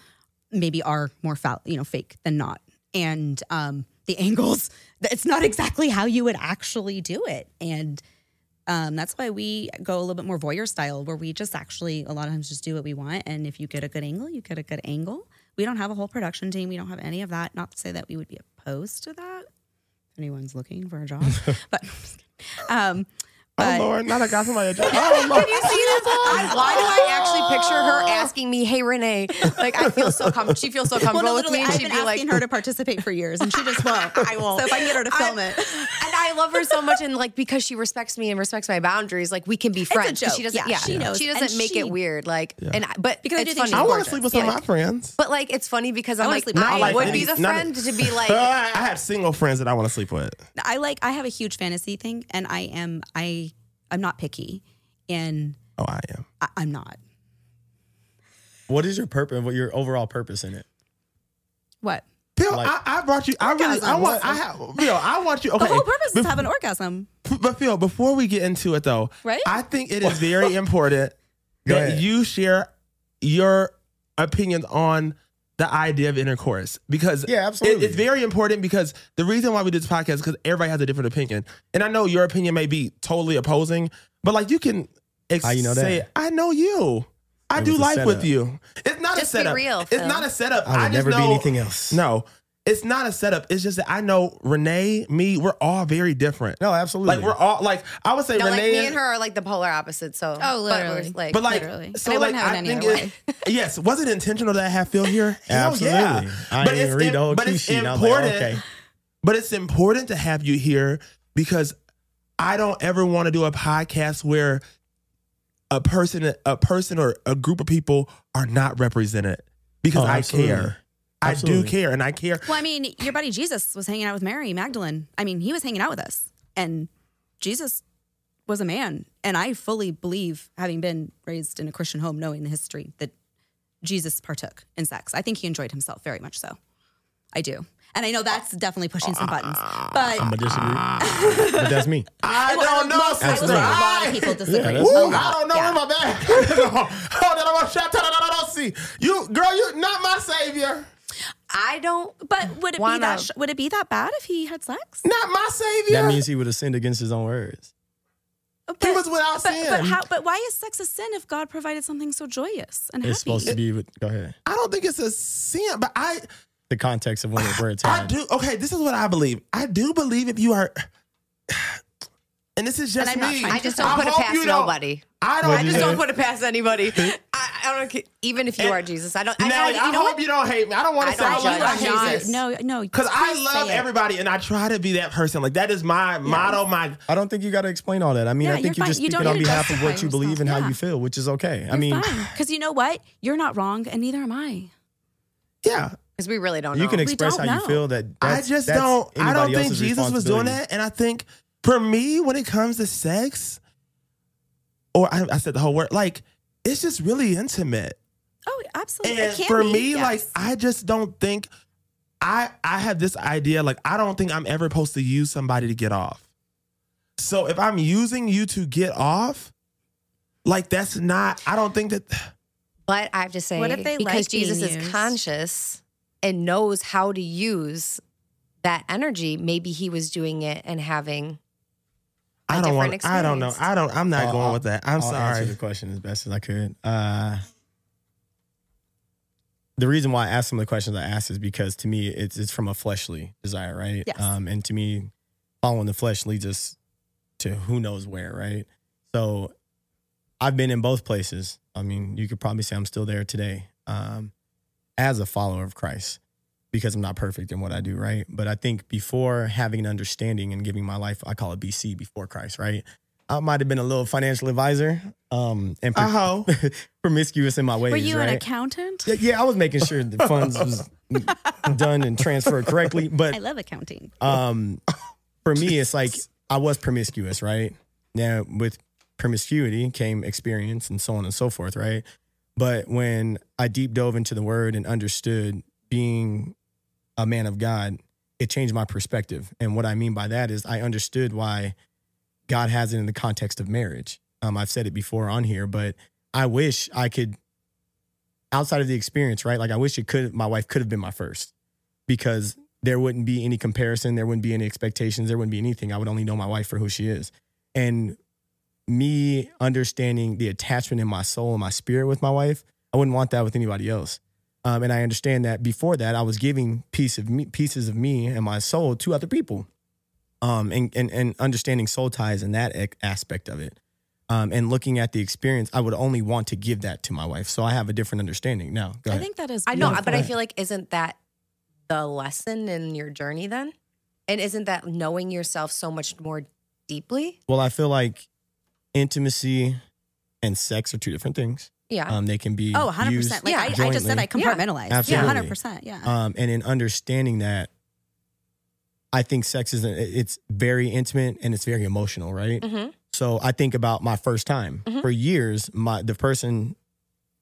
Speaker 4: maybe are more foul, you know, fake than not, and um, the angles, it's not exactly how you would actually do it, and. Um, that's why we go a little bit more voyeur style, where we just actually a lot of times just do what we want. And if you get a good angle, you get a good angle. We don't have a whole production team. We don't have any of that. Not to say that we would be opposed to that. If anyone's looking for a job, but um,
Speaker 1: Oh
Speaker 4: but
Speaker 1: Lord, not I got somebody. a job. Oh Lord.
Speaker 2: You see Oh. this? I, why do I actually picture her asking me, "Hey Renee," like I feel so com- she feels so
Speaker 4: well,
Speaker 2: comfortable
Speaker 4: no,
Speaker 2: with
Speaker 4: literally,
Speaker 2: me, and
Speaker 4: I've
Speaker 2: she'd
Speaker 4: been
Speaker 2: be like,
Speaker 4: asking her to participate for years, and she just won't. I won't. So if I can get her to film
Speaker 2: I-
Speaker 4: it,
Speaker 2: and I love her so much, and like because she respects me and respects my boundaries, like we can be friends. 'cause
Speaker 4: joke.
Speaker 2: She doesn't, yeah,
Speaker 4: Yeah, she knows.
Speaker 2: She doesn't
Speaker 4: And
Speaker 2: make
Speaker 4: she-
Speaker 2: it weird, like, and I, but
Speaker 4: Because I
Speaker 2: it's
Speaker 4: do think
Speaker 2: funny.
Speaker 4: she's
Speaker 1: I want
Speaker 4: gorgeous.
Speaker 1: to sleep with some
Speaker 2: Yeah.
Speaker 1: of my friends.
Speaker 2: But like, it's funny because I'm
Speaker 4: wanna
Speaker 2: like,
Speaker 4: sleep with
Speaker 2: I
Speaker 4: all my
Speaker 2: would be the
Speaker 1: friends. None of-
Speaker 2: friend to be like,
Speaker 1: I I have single friends that I want to sleep with.
Speaker 4: I like. I have a huge fantasy thing, and I am. I I'm not picky, and
Speaker 1: Oh, I am.
Speaker 4: I, I'm not.
Speaker 5: what is your purpose? What your overall purpose in it?
Speaker 4: What?
Speaker 1: Bill,
Speaker 5: Like-
Speaker 1: I, I brought you. I really. I
Speaker 4: Orgasms.
Speaker 1: want. I have. Bill, I want you. Okay.
Speaker 4: The whole purpose
Speaker 1: Bef-
Speaker 4: is to have an orgasm.
Speaker 1: But Phil, before we get into it though,
Speaker 4: Right?
Speaker 1: I think it is very important
Speaker 5: Go
Speaker 1: that
Speaker 5: ahead.
Speaker 1: you share your opinions on the idea of intercourse because
Speaker 5: Yeah,
Speaker 1: it-
Speaker 5: absolutely.
Speaker 1: it's very important because the reason why we do this podcast is because everybody has a different opinion, and I know your opinion may be totally opposing, but like you can ex-
Speaker 5: How you know that?
Speaker 1: say, "I know you." I
Speaker 5: It
Speaker 1: do
Speaker 5: was a
Speaker 1: life with
Speaker 5: setup.
Speaker 1: you. It's not
Speaker 2: Just
Speaker 1: a
Speaker 2: be
Speaker 1: setup.
Speaker 2: real,
Speaker 1: it's
Speaker 2: Phil.
Speaker 1: not a setup.
Speaker 5: I
Speaker 1: just
Speaker 5: would never be
Speaker 1: know-
Speaker 5: anything else.
Speaker 1: No, it's not a setup. It's just that I know Renee, me, we're all very different.
Speaker 5: No, absolutely.
Speaker 1: Like we're all like I would say
Speaker 2: no, like
Speaker 1: Renee
Speaker 2: me and her are like the polar opposites. So,
Speaker 3: Oh,
Speaker 2: but we're,
Speaker 3: literally.
Speaker 2: like,
Speaker 1: but like
Speaker 3: Literally.
Speaker 1: so
Speaker 3: And I
Speaker 1: like
Speaker 3: wouldn't have it any
Speaker 1: think
Speaker 3: other
Speaker 1: it, yes, was it intentional that I have Phil here? Hell
Speaker 5: Absolutely.
Speaker 1: yeah.
Speaker 5: I didn't even read the whole
Speaker 1: but
Speaker 5: cue
Speaker 1: it's
Speaker 5: sheet. I was like,
Speaker 1: important.
Speaker 5: okay.
Speaker 1: But it's important to have you here because I don't ever want to do a podcast where a person a person or a group of people are not represented because
Speaker 5: Oh,
Speaker 1: I
Speaker 5: absolutely.
Speaker 1: care. I do
Speaker 5: Absolutely.
Speaker 1: care and I care.
Speaker 4: Well, I mean, your buddy Jesus was hanging out with Mary Magdalene. I mean, he was hanging out with us, and Jesus was a man. And I fully believe, having been raised in a Christian home, knowing the history, that Jesus partook in sex. I think he enjoyed himself very much so. I do. And I know that's definitely pushing some buttons,
Speaker 5: I'm
Speaker 4: but
Speaker 5: gonna disagree, but that's me.
Speaker 1: I don't know,
Speaker 4: I
Speaker 1: sister.
Speaker 4: was a lot of
Speaker 1: I-
Speaker 4: people disagree.
Speaker 5: that's-
Speaker 1: Ooh,
Speaker 4: a
Speaker 1: I
Speaker 4: lot.
Speaker 1: don't know where
Speaker 4: Yeah.
Speaker 1: my back. oh, that I'm a shot. that I don't see. You, girl, you not my savior.
Speaker 2: I don't.
Speaker 4: But would it
Speaker 2: Wanna-
Speaker 4: be that sh- would it be that bad if he had sex?
Speaker 1: Not my savior.
Speaker 5: That means he would have sinned against his own words.
Speaker 1: he was without
Speaker 4: But,
Speaker 1: sin.
Speaker 4: but how? But why is sex a sin if God provided something so joyous and happy?
Speaker 5: It's supposed to be. With, go ahead.
Speaker 1: I don't think it's a sin, but I,
Speaker 5: The context of when it, where it's
Speaker 1: I
Speaker 5: at.
Speaker 1: do. Okay, this is what I believe. I do believe if you are, and this is just
Speaker 4: I'm not
Speaker 1: me.
Speaker 4: trying
Speaker 2: I just don't put it
Speaker 1: hope
Speaker 2: past
Speaker 1: you don't-
Speaker 2: nobody.
Speaker 1: I don't.
Speaker 5: What'd
Speaker 2: I
Speaker 5: you
Speaker 2: just
Speaker 5: say?
Speaker 2: don't put it past anybody. I, I don't. ca- Even if you
Speaker 1: And-
Speaker 2: are Jesus, I don't. I,
Speaker 1: Now, I,
Speaker 2: I, you know
Speaker 1: hope
Speaker 2: what?
Speaker 1: you don't hate me. I don't want
Speaker 2: I
Speaker 1: to
Speaker 2: don't
Speaker 1: sound like
Speaker 2: judge.
Speaker 1: I
Speaker 2: I'm not.
Speaker 1: hate this.
Speaker 4: No, no.
Speaker 1: Because I
Speaker 4: please
Speaker 1: love
Speaker 4: say it.
Speaker 1: everybody, and I try to be that person. Like that is my motto. My
Speaker 5: I don't think you got to explain all that. I mean,
Speaker 4: Yeah,
Speaker 5: I think
Speaker 4: you're
Speaker 5: you're just
Speaker 4: fine. You don't
Speaker 5: speaking on
Speaker 4: need to
Speaker 5: behalf of
Speaker 4: justify
Speaker 5: what you believe
Speaker 4: yourself.
Speaker 5: and how
Speaker 4: Yeah.
Speaker 5: you feel, which is okay. I mean,
Speaker 4: because you know what? You're not wrong, and neither am I.
Speaker 1: yeah.
Speaker 2: Because we really don't.
Speaker 5: you
Speaker 2: know.
Speaker 5: can express how
Speaker 4: don't
Speaker 5: you
Speaker 4: know.
Speaker 5: feel. That
Speaker 1: I
Speaker 5: that's-
Speaker 1: just
Speaker 5: that's
Speaker 1: don't. I don't
Speaker 5: anybody
Speaker 1: think
Speaker 5: else's
Speaker 1: Jesus was doing
Speaker 5: responsibility.
Speaker 1: that, and I think for me, when it comes to sex, or I, I said the whole word, like it's just really intimate.
Speaker 4: Oh, absolutely.
Speaker 1: And
Speaker 4: it can
Speaker 1: for
Speaker 4: be,
Speaker 1: me,
Speaker 4: yes.
Speaker 1: like I just don't think I I have this idea like I don't think I'm ever supposed to use somebody to get off. So if I'm using you to get off, like that's not. I don't think that.
Speaker 2: But I have to say,
Speaker 4: What if they
Speaker 2: because
Speaker 4: like being
Speaker 2: Jesus is
Speaker 4: used?
Speaker 2: conscious and knows how to use that energy, maybe he was doing it and having.
Speaker 1: I
Speaker 2: A
Speaker 1: don't want.
Speaker 2: different
Speaker 1: I don't know. I don't. I'm not
Speaker 5: I'll-
Speaker 1: going with that. I'm
Speaker 5: I'll
Speaker 1: sorry.
Speaker 5: Answer the question as best as I could. Uh, the reason why I asked some of the questions I asked is because to me it's it's from a fleshly desire, right?
Speaker 4: Yes.
Speaker 5: Um, and to me, following the flesh leads us to who knows where, right? So I've been in both places. I mean, you could probably say I'm still there today um, as a follower of Christ because I'm not perfect in what I do, right? But I think before having an understanding and giving my life, I call it BC before Christ, right? I might have been a little financial advisor um, and
Speaker 1: A
Speaker 5: pro-
Speaker 1: hoe.
Speaker 5: promiscuous in my ways.
Speaker 4: Uh-huh. Were you
Speaker 5: right?
Speaker 4: an accountant?
Speaker 5: Yeah, yeah, I was making sure the funds was done and transferred correctly.
Speaker 6: I
Speaker 5: But
Speaker 6: love accounting.
Speaker 5: um, for me, it's like I was promiscuous, right? Now with promiscuity came experience and so on and so forth, right? But when I deep dove into the word and understood being a man of God, it changed my perspective. And what I mean by that is I understood why God has it in the context of marriage. Um, I've said it before on here, but I wish I could, outside of the experience, right? Like I wish it could, my wife could have been my first because there wouldn't be any comparison. There wouldn't be any expectations. There wouldn't be anything. I would only know my wife for who she is. And me understanding the attachment in my soul and my spirit with my wife, I wouldn't want that with anybody else. Um, and I understand that before that, I was giving piece of me, pieces of me and my soul to other people, um, and, and and understanding soul ties and that ac- aspect of it, um, and looking at the experience, I would only want to give that to my wife, so I have a different understanding now. Go
Speaker 4: I
Speaker 5: ahead.
Speaker 4: think that is.
Speaker 2: I know,
Speaker 4: beautiful.
Speaker 2: but I feel like isn't that the lesson in your journey then? And isn't that knowing yourself so much more deeply?
Speaker 5: Well, I feel like intimacy and sex are two different things.
Speaker 2: Yeah.
Speaker 5: Um, they can be
Speaker 4: Oh, 100%.
Speaker 5: used-
Speaker 4: like I, I just said
Speaker 5: jointly.
Speaker 4: I compartmentalized.
Speaker 5: Absolutely.
Speaker 4: Yeah, 100%. Yeah.
Speaker 5: Um, and in understanding that, I think sex is it- it's very intimate and it's very emotional, right?
Speaker 2: Mhm.
Speaker 5: So I think about my first time
Speaker 2: Mhm.
Speaker 5: for years. My the person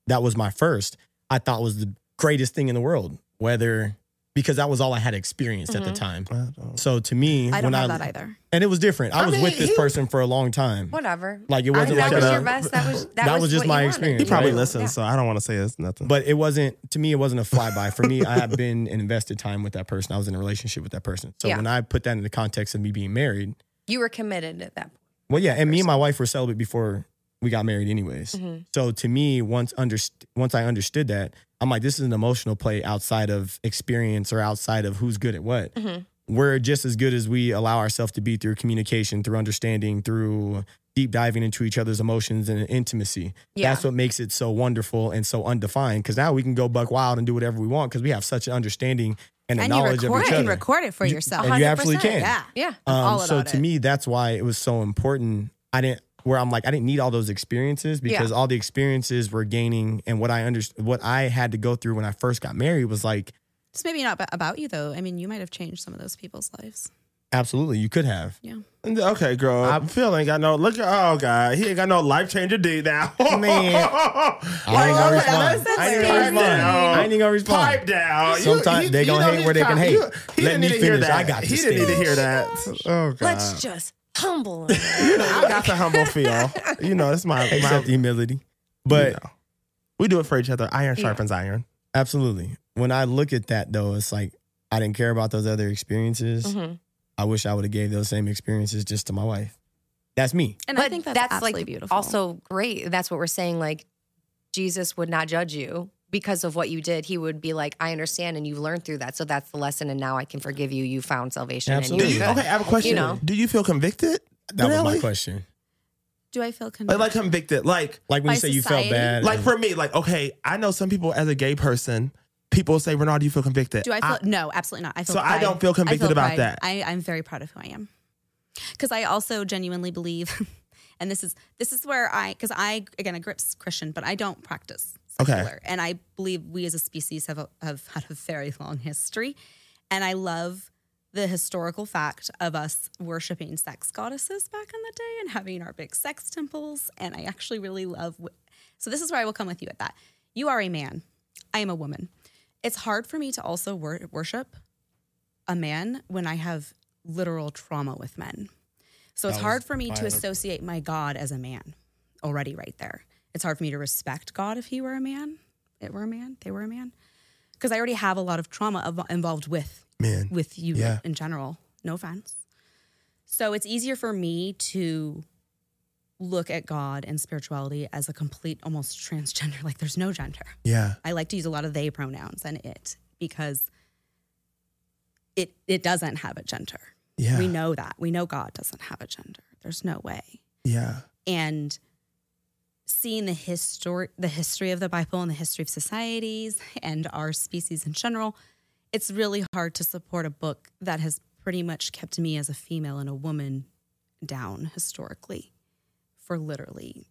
Speaker 5: that was my first, I thought was the greatest thing in the world. Whether because that was all I had experienced at
Speaker 2: Mhm.
Speaker 5: the time.
Speaker 1: I Mm-hmm. don't-
Speaker 5: So to me,
Speaker 4: I don't
Speaker 5: when
Speaker 4: have
Speaker 5: I
Speaker 4: that either.
Speaker 5: and it was different. I,
Speaker 1: I
Speaker 5: was with
Speaker 1: mean,
Speaker 5: this
Speaker 1: he-
Speaker 5: person for a long time.
Speaker 2: Whatever.
Speaker 5: Like it
Speaker 2: I
Speaker 5: wasn't
Speaker 2: mean,
Speaker 5: like
Speaker 2: that was
Speaker 5: a-
Speaker 2: your best. That was that,
Speaker 5: That was just
Speaker 2: what
Speaker 5: my
Speaker 2: you wanted.
Speaker 5: experience,
Speaker 1: He probably
Speaker 5: Right.
Speaker 1: listens,
Speaker 2: Yeah.
Speaker 1: so I don't want to say it's nothing.
Speaker 5: But it wasn't to me. It wasn't a flyby. For me, I have been and invested time with that person. I was in a relationship with that person. So
Speaker 2: Yeah.
Speaker 5: when I put that in the context of me being married,
Speaker 2: You were committed at that
Speaker 5: well, yeah, and me and my wife were celibate before we got married, anyways.
Speaker 2: Mhm.
Speaker 5: So to me, once underst- once I understood that, I'm like, this is an emotional play outside of experience or outside of who's good at what.
Speaker 2: Mhm.
Speaker 5: We're just as good as we allow ourselves to be through communication, through understanding, through deep diving into each other's emotions and intimacy.
Speaker 2: Yeah.
Speaker 5: That's what makes it so wonderful and so undefined. Because now we can go buck wild and do whatever we want because we have such an understanding and a
Speaker 4: And you
Speaker 5: knowledge
Speaker 4: record,
Speaker 5: of each
Speaker 4: you
Speaker 5: other.
Speaker 4: record it for
Speaker 5: You-
Speaker 4: yourself.
Speaker 5: and you absolutely
Speaker 4: 100%.
Speaker 5: can.
Speaker 4: Yeah.
Speaker 2: Yeah.
Speaker 4: I'm all
Speaker 5: Um, so
Speaker 4: about
Speaker 5: to
Speaker 4: it.
Speaker 5: me, that's why it was so important. I didn't where I'm like I didn't need all those experiences because all the experiences were gaining and what I under what I had to go through when I first got married was like
Speaker 4: It's maybe not ab- about you though. I mean, you might have changed some of those people's lives.
Speaker 5: absolutely you could have.
Speaker 1: Okay, girl. I'm feeling got no look. at Oh God, he ain't got no life changer D now.
Speaker 5: Man. I ain't gonna respond. I ain't gonna
Speaker 1: Pipe
Speaker 5: respond. I ain't
Speaker 1: down.
Speaker 5: gonna respond.
Speaker 1: Pipe down. You-
Speaker 5: Sometimes
Speaker 1: he-
Speaker 5: they
Speaker 1: you
Speaker 5: gonna
Speaker 1: know
Speaker 5: hate
Speaker 1: he
Speaker 5: where they can
Speaker 1: kinda-
Speaker 5: hate.
Speaker 1: you- He
Speaker 5: Let
Speaker 1: didn't
Speaker 5: me
Speaker 1: need to hear
Speaker 5: finish.
Speaker 1: that.
Speaker 5: I got
Speaker 1: He
Speaker 5: this
Speaker 1: didn't need to
Speaker 5: thing.
Speaker 1: hear that. Oh God.
Speaker 5: uh,
Speaker 2: Let's just humble him.
Speaker 1: you know, I got the humble feel. You know, it's my, my
Speaker 5: Except humility, but
Speaker 1: you know. we do it for each other. Iron sharpens iron.
Speaker 5: absolutely. When I look at that though, it's like I didn't care about those other experiences.
Speaker 4: Mm-hmm.
Speaker 2: Mhm.
Speaker 5: I wish I would have gave those same experiences just to my wife. That's me.
Speaker 4: And I
Speaker 2: But
Speaker 4: think that's,
Speaker 2: that's,
Speaker 4: absolutely
Speaker 2: like
Speaker 4: beautiful.
Speaker 2: also great. That's what we're saying. Like Jesus would not judge you because of what you did. He would be like, I understand, and you've learned through that. So that's the lesson, and now I can forgive you. You found salvation.
Speaker 5: Absolutely.
Speaker 1: Do
Speaker 2: And
Speaker 1: you,
Speaker 2: you're
Speaker 1: okay,
Speaker 2: good.
Speaker 1: I have a question.
Speaker 2: You know.
Speaker 1: Do you feel convicted?
Speaker 5: That was my
Speaker 1: Really?
Speaker 5: question.
Speaker 4: do I feel
Speaker 1: Like,
Speaker 4: convicted?
Speaker 1: like convicted, like
Speaker 5: Like when
Speaker 4: By
Speaker 5: you say you felt
Speaker 4: society?
Speaker 5: bad,
Speaker 1: like
Speaker 5: and-
Speaker 1: for me, like okay, I know some people as a gay person, people say, Renard, do you feel convicted?
Speaker 4: do I feel no? Absolutely not. I feel
Speaker 1: So I
Speaker 4: pride.
Speaker 1: don't feel convicted about
Speaker 4: pride.
Speaker 1: that.
Speaker 4: I, I'm very proud of who I am because I also genuinely believe, and this is this is where I because I again a grips Christian, but I don't practice
Speaker 1: Okay.
Speaker 4: secular, and I believe we as a species have a, have had a very long history, and I love. The historical fact of us worshiping sex goddesses back in the day and having our big sex temples. And I actually really love. wh- So, this is where I will come with you at that. You are a man. I am a woman. It's hard for me to also wor- worship a man when I have literal trauma with men. So it's
Speaker 5: That was
Speaker 4: hard for me
Speaker 5: my
Speaker 4: to
Speaker 5: other-
Speaker 4: associate my God as a man already right there. It's hard for me to respect God if he were a man, it were a man, they were a man. Because I already have a lot of trauma of, involved with
Speaker 1: man?
Speaker 4: with you
Speaker 1: Yeah.
Speaker 4: in general. No offense. So it's easier for me to look at God and spirituality as a complete, almost transgender, like there's no gender.
Speaker 1: Yeah.
Speaker 4: I like to use a lot of they pronouns and it because it it doesn't have a gender.
Speaker 1: Yeah.
Speaker 4: We know that. We know God doesn't have a gender. There's no way.
Speaker 1: Yeah.
Speaker 4: And seeing the history the history of the Bible and the history of societies and our species in general, it's really hard to support a book that has pretty much kept me as a female and a woman down historically for literally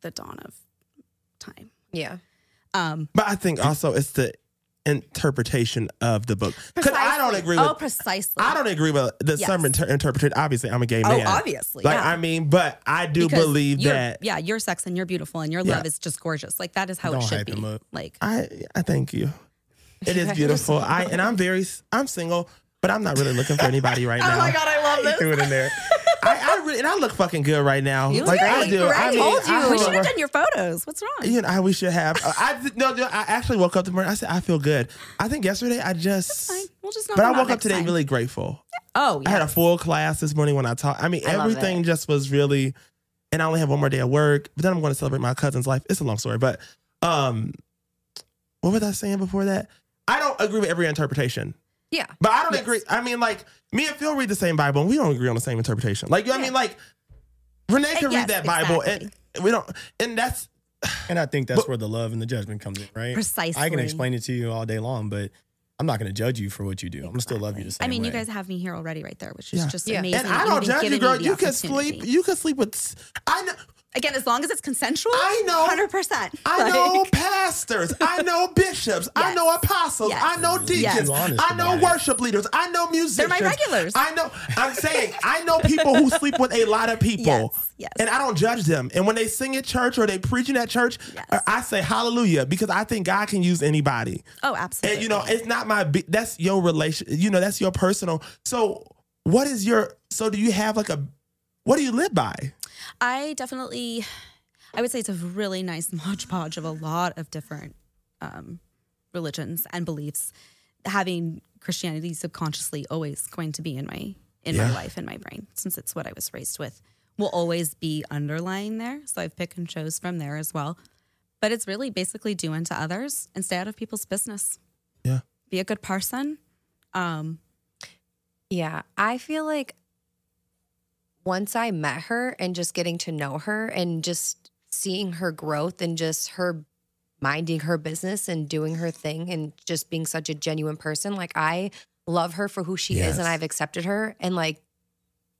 Speaker 4: the dawn of time.
Speaker 2: Yeah.
Speaker 4: Um,
Speaker 1: But I think also it's the interpretation of the book. Because I don't
Speaker 4: precisely.
Speaker 1: agree
Speaker 4: Oh,
Speaker 1: with
Speaker 4: precisely.
Speaker 1: I don't agree with the
Speaker 4: Yes. Oh,
Speaker 1: some inter- interpretation. Obviously, I'm a gay man.
Speaker 4: obviously,
Speaker 1: Like
Speaker 4: yeah.
Speaker 1: I mean, but I do
Speaker 4: Because
Speaker 1: believe
Speaker 4: you're-
Speaker 1: that.
Speaker 4: yeah, your sex and you're beautiful and your love is just gorgeous. Like that is how
Speaker 5: Don't
Speaker 4: it should
Speaker 5: hype
Speaker 4: be.
Speaker 5: him up.
Speaker 4: Like
Speaker 1: I I thank you. It is beautiful. I and I'm very I'm single, but I'm not really looking for anybody
Speaker 4: Oh
Speaker 1: right now.
Speaker 4: I love this.
Speaker 5: Threw it in there.
Speaker 1: I, I really and I look fucking good right now. like I do. I mean,
Speaker 4: told you.
Speaker 1: I
Speaker 4: we
Speaker 1: feel
Speaker 4: should have
Speaker 1: like-
Speaker 4: done your photos. What's wrong?
Speaker 1: You know, I we should have. uh, I I- no, no, I actually woke up tomorrow. I said I feel good. I think yesterday I just.
Speaker 4: fine. We'll just knock
Speaker 1: But I
Speaker 4: them out
Speaker 1: woke up
Speaker 4: next
Speaker 1: today
Speaker 4: time.
Speaker 1: really grateful.
Speaker 4: Oh, yeah.
Speaker 1: I had a full class this morning when I taught. I mean,
Speaker 2: I love
Speaker 1: everything
Speaker 2: it.
Speaker 1: just was really, and I only have one more day of work. But then I'm going to celebrate my cousin's life. It's a long story, but um, what was I saying before that? I don't agree with every interpretation,
Speaker 2: Yeah.
Speaker 1: but I don't agree. I mean, like me and Phil read the same Bible, and we don't agree on the same interpretation. Like, you know what I mean, like Renee can read
Speaker 4: yes,
Speaker 1: that Bible, and we don't. And that's
Speaker 5: And I think that's where the love and the judgment comes in, right?
Speaker 4: Precisely.
Speaker 5: I can explain it to you all day long, but I'm not going to judge you for what you do. I'm going to still love you the same
Speaker 4: I mean,
Speaker 5: way.
Speaker 4: you guys have me here already, right there, which is
Speaker 1: Yeah.
Speaker 4: just
Speaker 2: Yeah.
Speaker 4: amazing.
Speaker 1: and
Speaker 4: that
Speaker 1: I
Speaker 4: you've
Speaker 1: don't
Speaker 4: been
Speaker 1: judge you,
Speaker 4: given
Speaker 1: girl.
Speaker 4: the
Speaker 1: You can sleep.
Speaker 4: opportunity.
Speaker 1: You can sleep with. I know.
Speaker 4: again as long as it's consensual.
Speaker 1: I know.
Speaker 4: hundred percent.
Speaker 1: I know pastors. I know bishops. I
Speaker 4: Yes.
Speaker 1: know apostles.
Speaker 4: Yes.
Speaker 1: I know deacons.
Speaker 5: Too honest
Speaker 1: I know
Speaker 5: about it.
Speaker 1: worship leaders. I know musicians.
Speaker 4: my regulars.
Speaker 1: I know. I'm saying I know people who sleep with a lot of people.
Speaker 4: Yes, yes.
Speaker 1: And I don't judge them. And when they sing at church or they preaching at church,
Speaker 4: Yes.
Speaker 1: I say hallelujah because I think God can use anybody.
Speaker 4: Oh, absolutely.
Speaker 1: And you know, it's not my. bi- That's your relation. You know, that's your personal. So, what is your? So, do you have like a? What do you live by?
Speaker 4: I definitely, I would say it's a really nice hodgepodge of a lot of different um, religions and beliefs. Having Christianity subconsciously always going to be in my in
Speaker 1: Yeah.
Speaker 4: my life in my brain since it's what I was raised with will always be underlying there. So I've picked and chose from there as well. But it's really basically do unto others and stay out of people's business.
Speaker 1: Yeah.
Speaker 4: Be a good person. Um,
Speaker 2: Yeah, I feel like once I met her and just getting to know her and just seeing her growth and just her minding her business and doing her thing and just being such a genuine person, like I love her for who she is
Speaker 1: Yes.
Speaker 2: and I've accepted her and like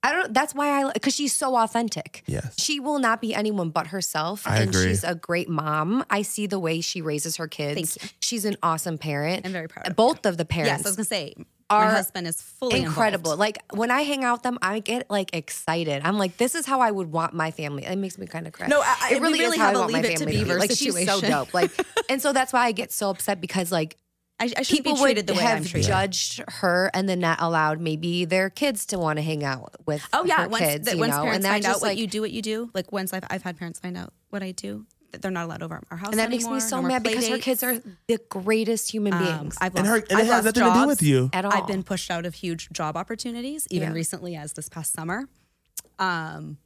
Speaker 2: I don't that's why I cuz she's so authentic.
Speaker 1: Yes.
Speaker 2: She will not be anyone but herself
Speaker 1: I
Speaker 2: and
Speaker 1: agree.
Speaker 2: she's a great mom. I see the way she raises her kids.
Speaker 4: Thank
Speaker 2: She's an awesome parent.
Speaker 4: I'm very proud of
Speaker 2: Both of the
Speaker 4: yes,
Speaker 2: parents
Speaker 4: I was gonna say
Speaker 2: Are
Speaker 4: my husband is fully involved.
Speaker 2: incredible. Like when I hang out with them, I get like excited. I'm like, this is how I would want my family. It makes me kind of cry.
Speaker 4: No, I- I-
Speaker 2: it really
Speaker 4: we really
Speaker 2: is how
Speaker 4: have
Speaker 2: I
Speaker 4: a
Speaker 2: want my
Speaker 4: Leave It to
Speaker 2: family to be.
Speaker 4: Beaver
Speaker 2: Like she's so
Speaker 4: situation.
Speaker 2: dope. Like, and so that's why I get so upset because like
Speaker 4: I, I should
Speaker 2: people
Speaker 4: be
Speaker 2: would
Speaker 4: treated the way
Speaker 2: have
Speaker 4: I'm treated.
Speaker 2: judged her and then not allowed maybe their kids to want to hang out with.
Speaker 4: Oh yeah,
Speaker 2: her
Speaker 4: once,
Speaker 2: kids,
Speaker 4: that
Speaker 2: you
Speaker 4: once
Speaker 2: know,
Speaker 4: parents
Speaker 2: and that
Speaker 4: find
Speaker 2: just
Speaker 4: out what
Speaker 2: like,
Speaker 4: you do, what you do. Like once I've I've had parents find out what I do, that they're not allowed over our house
Speaker 2: and that
Speaker 4: anymore,
Speaker 2: makes me so
Speaker 4: no more
Speaker 2: mad
Speaker 4: play
Speaker 2: because her
Speaker 4: dates.
Speaker 2: kids are the greatest human
Speaker 4: Um,
Speaker 2: beings
Speaker 4: I've
Speaker 1: And
Speaker 4: lost,
Speaker 1: her. And it
Speaker 4: I've
Speaker 1: has
Speaker 4: lost
Speaker 1: nothing to do
Speaker 4: jobs.
Speaker 1: with you.
Speaker 2: at all.
Speaker 4: I've been pushed out of huge job opportunities, even
Speaker 2: Yeah.
Speaker 4: recently as this past summer. Um,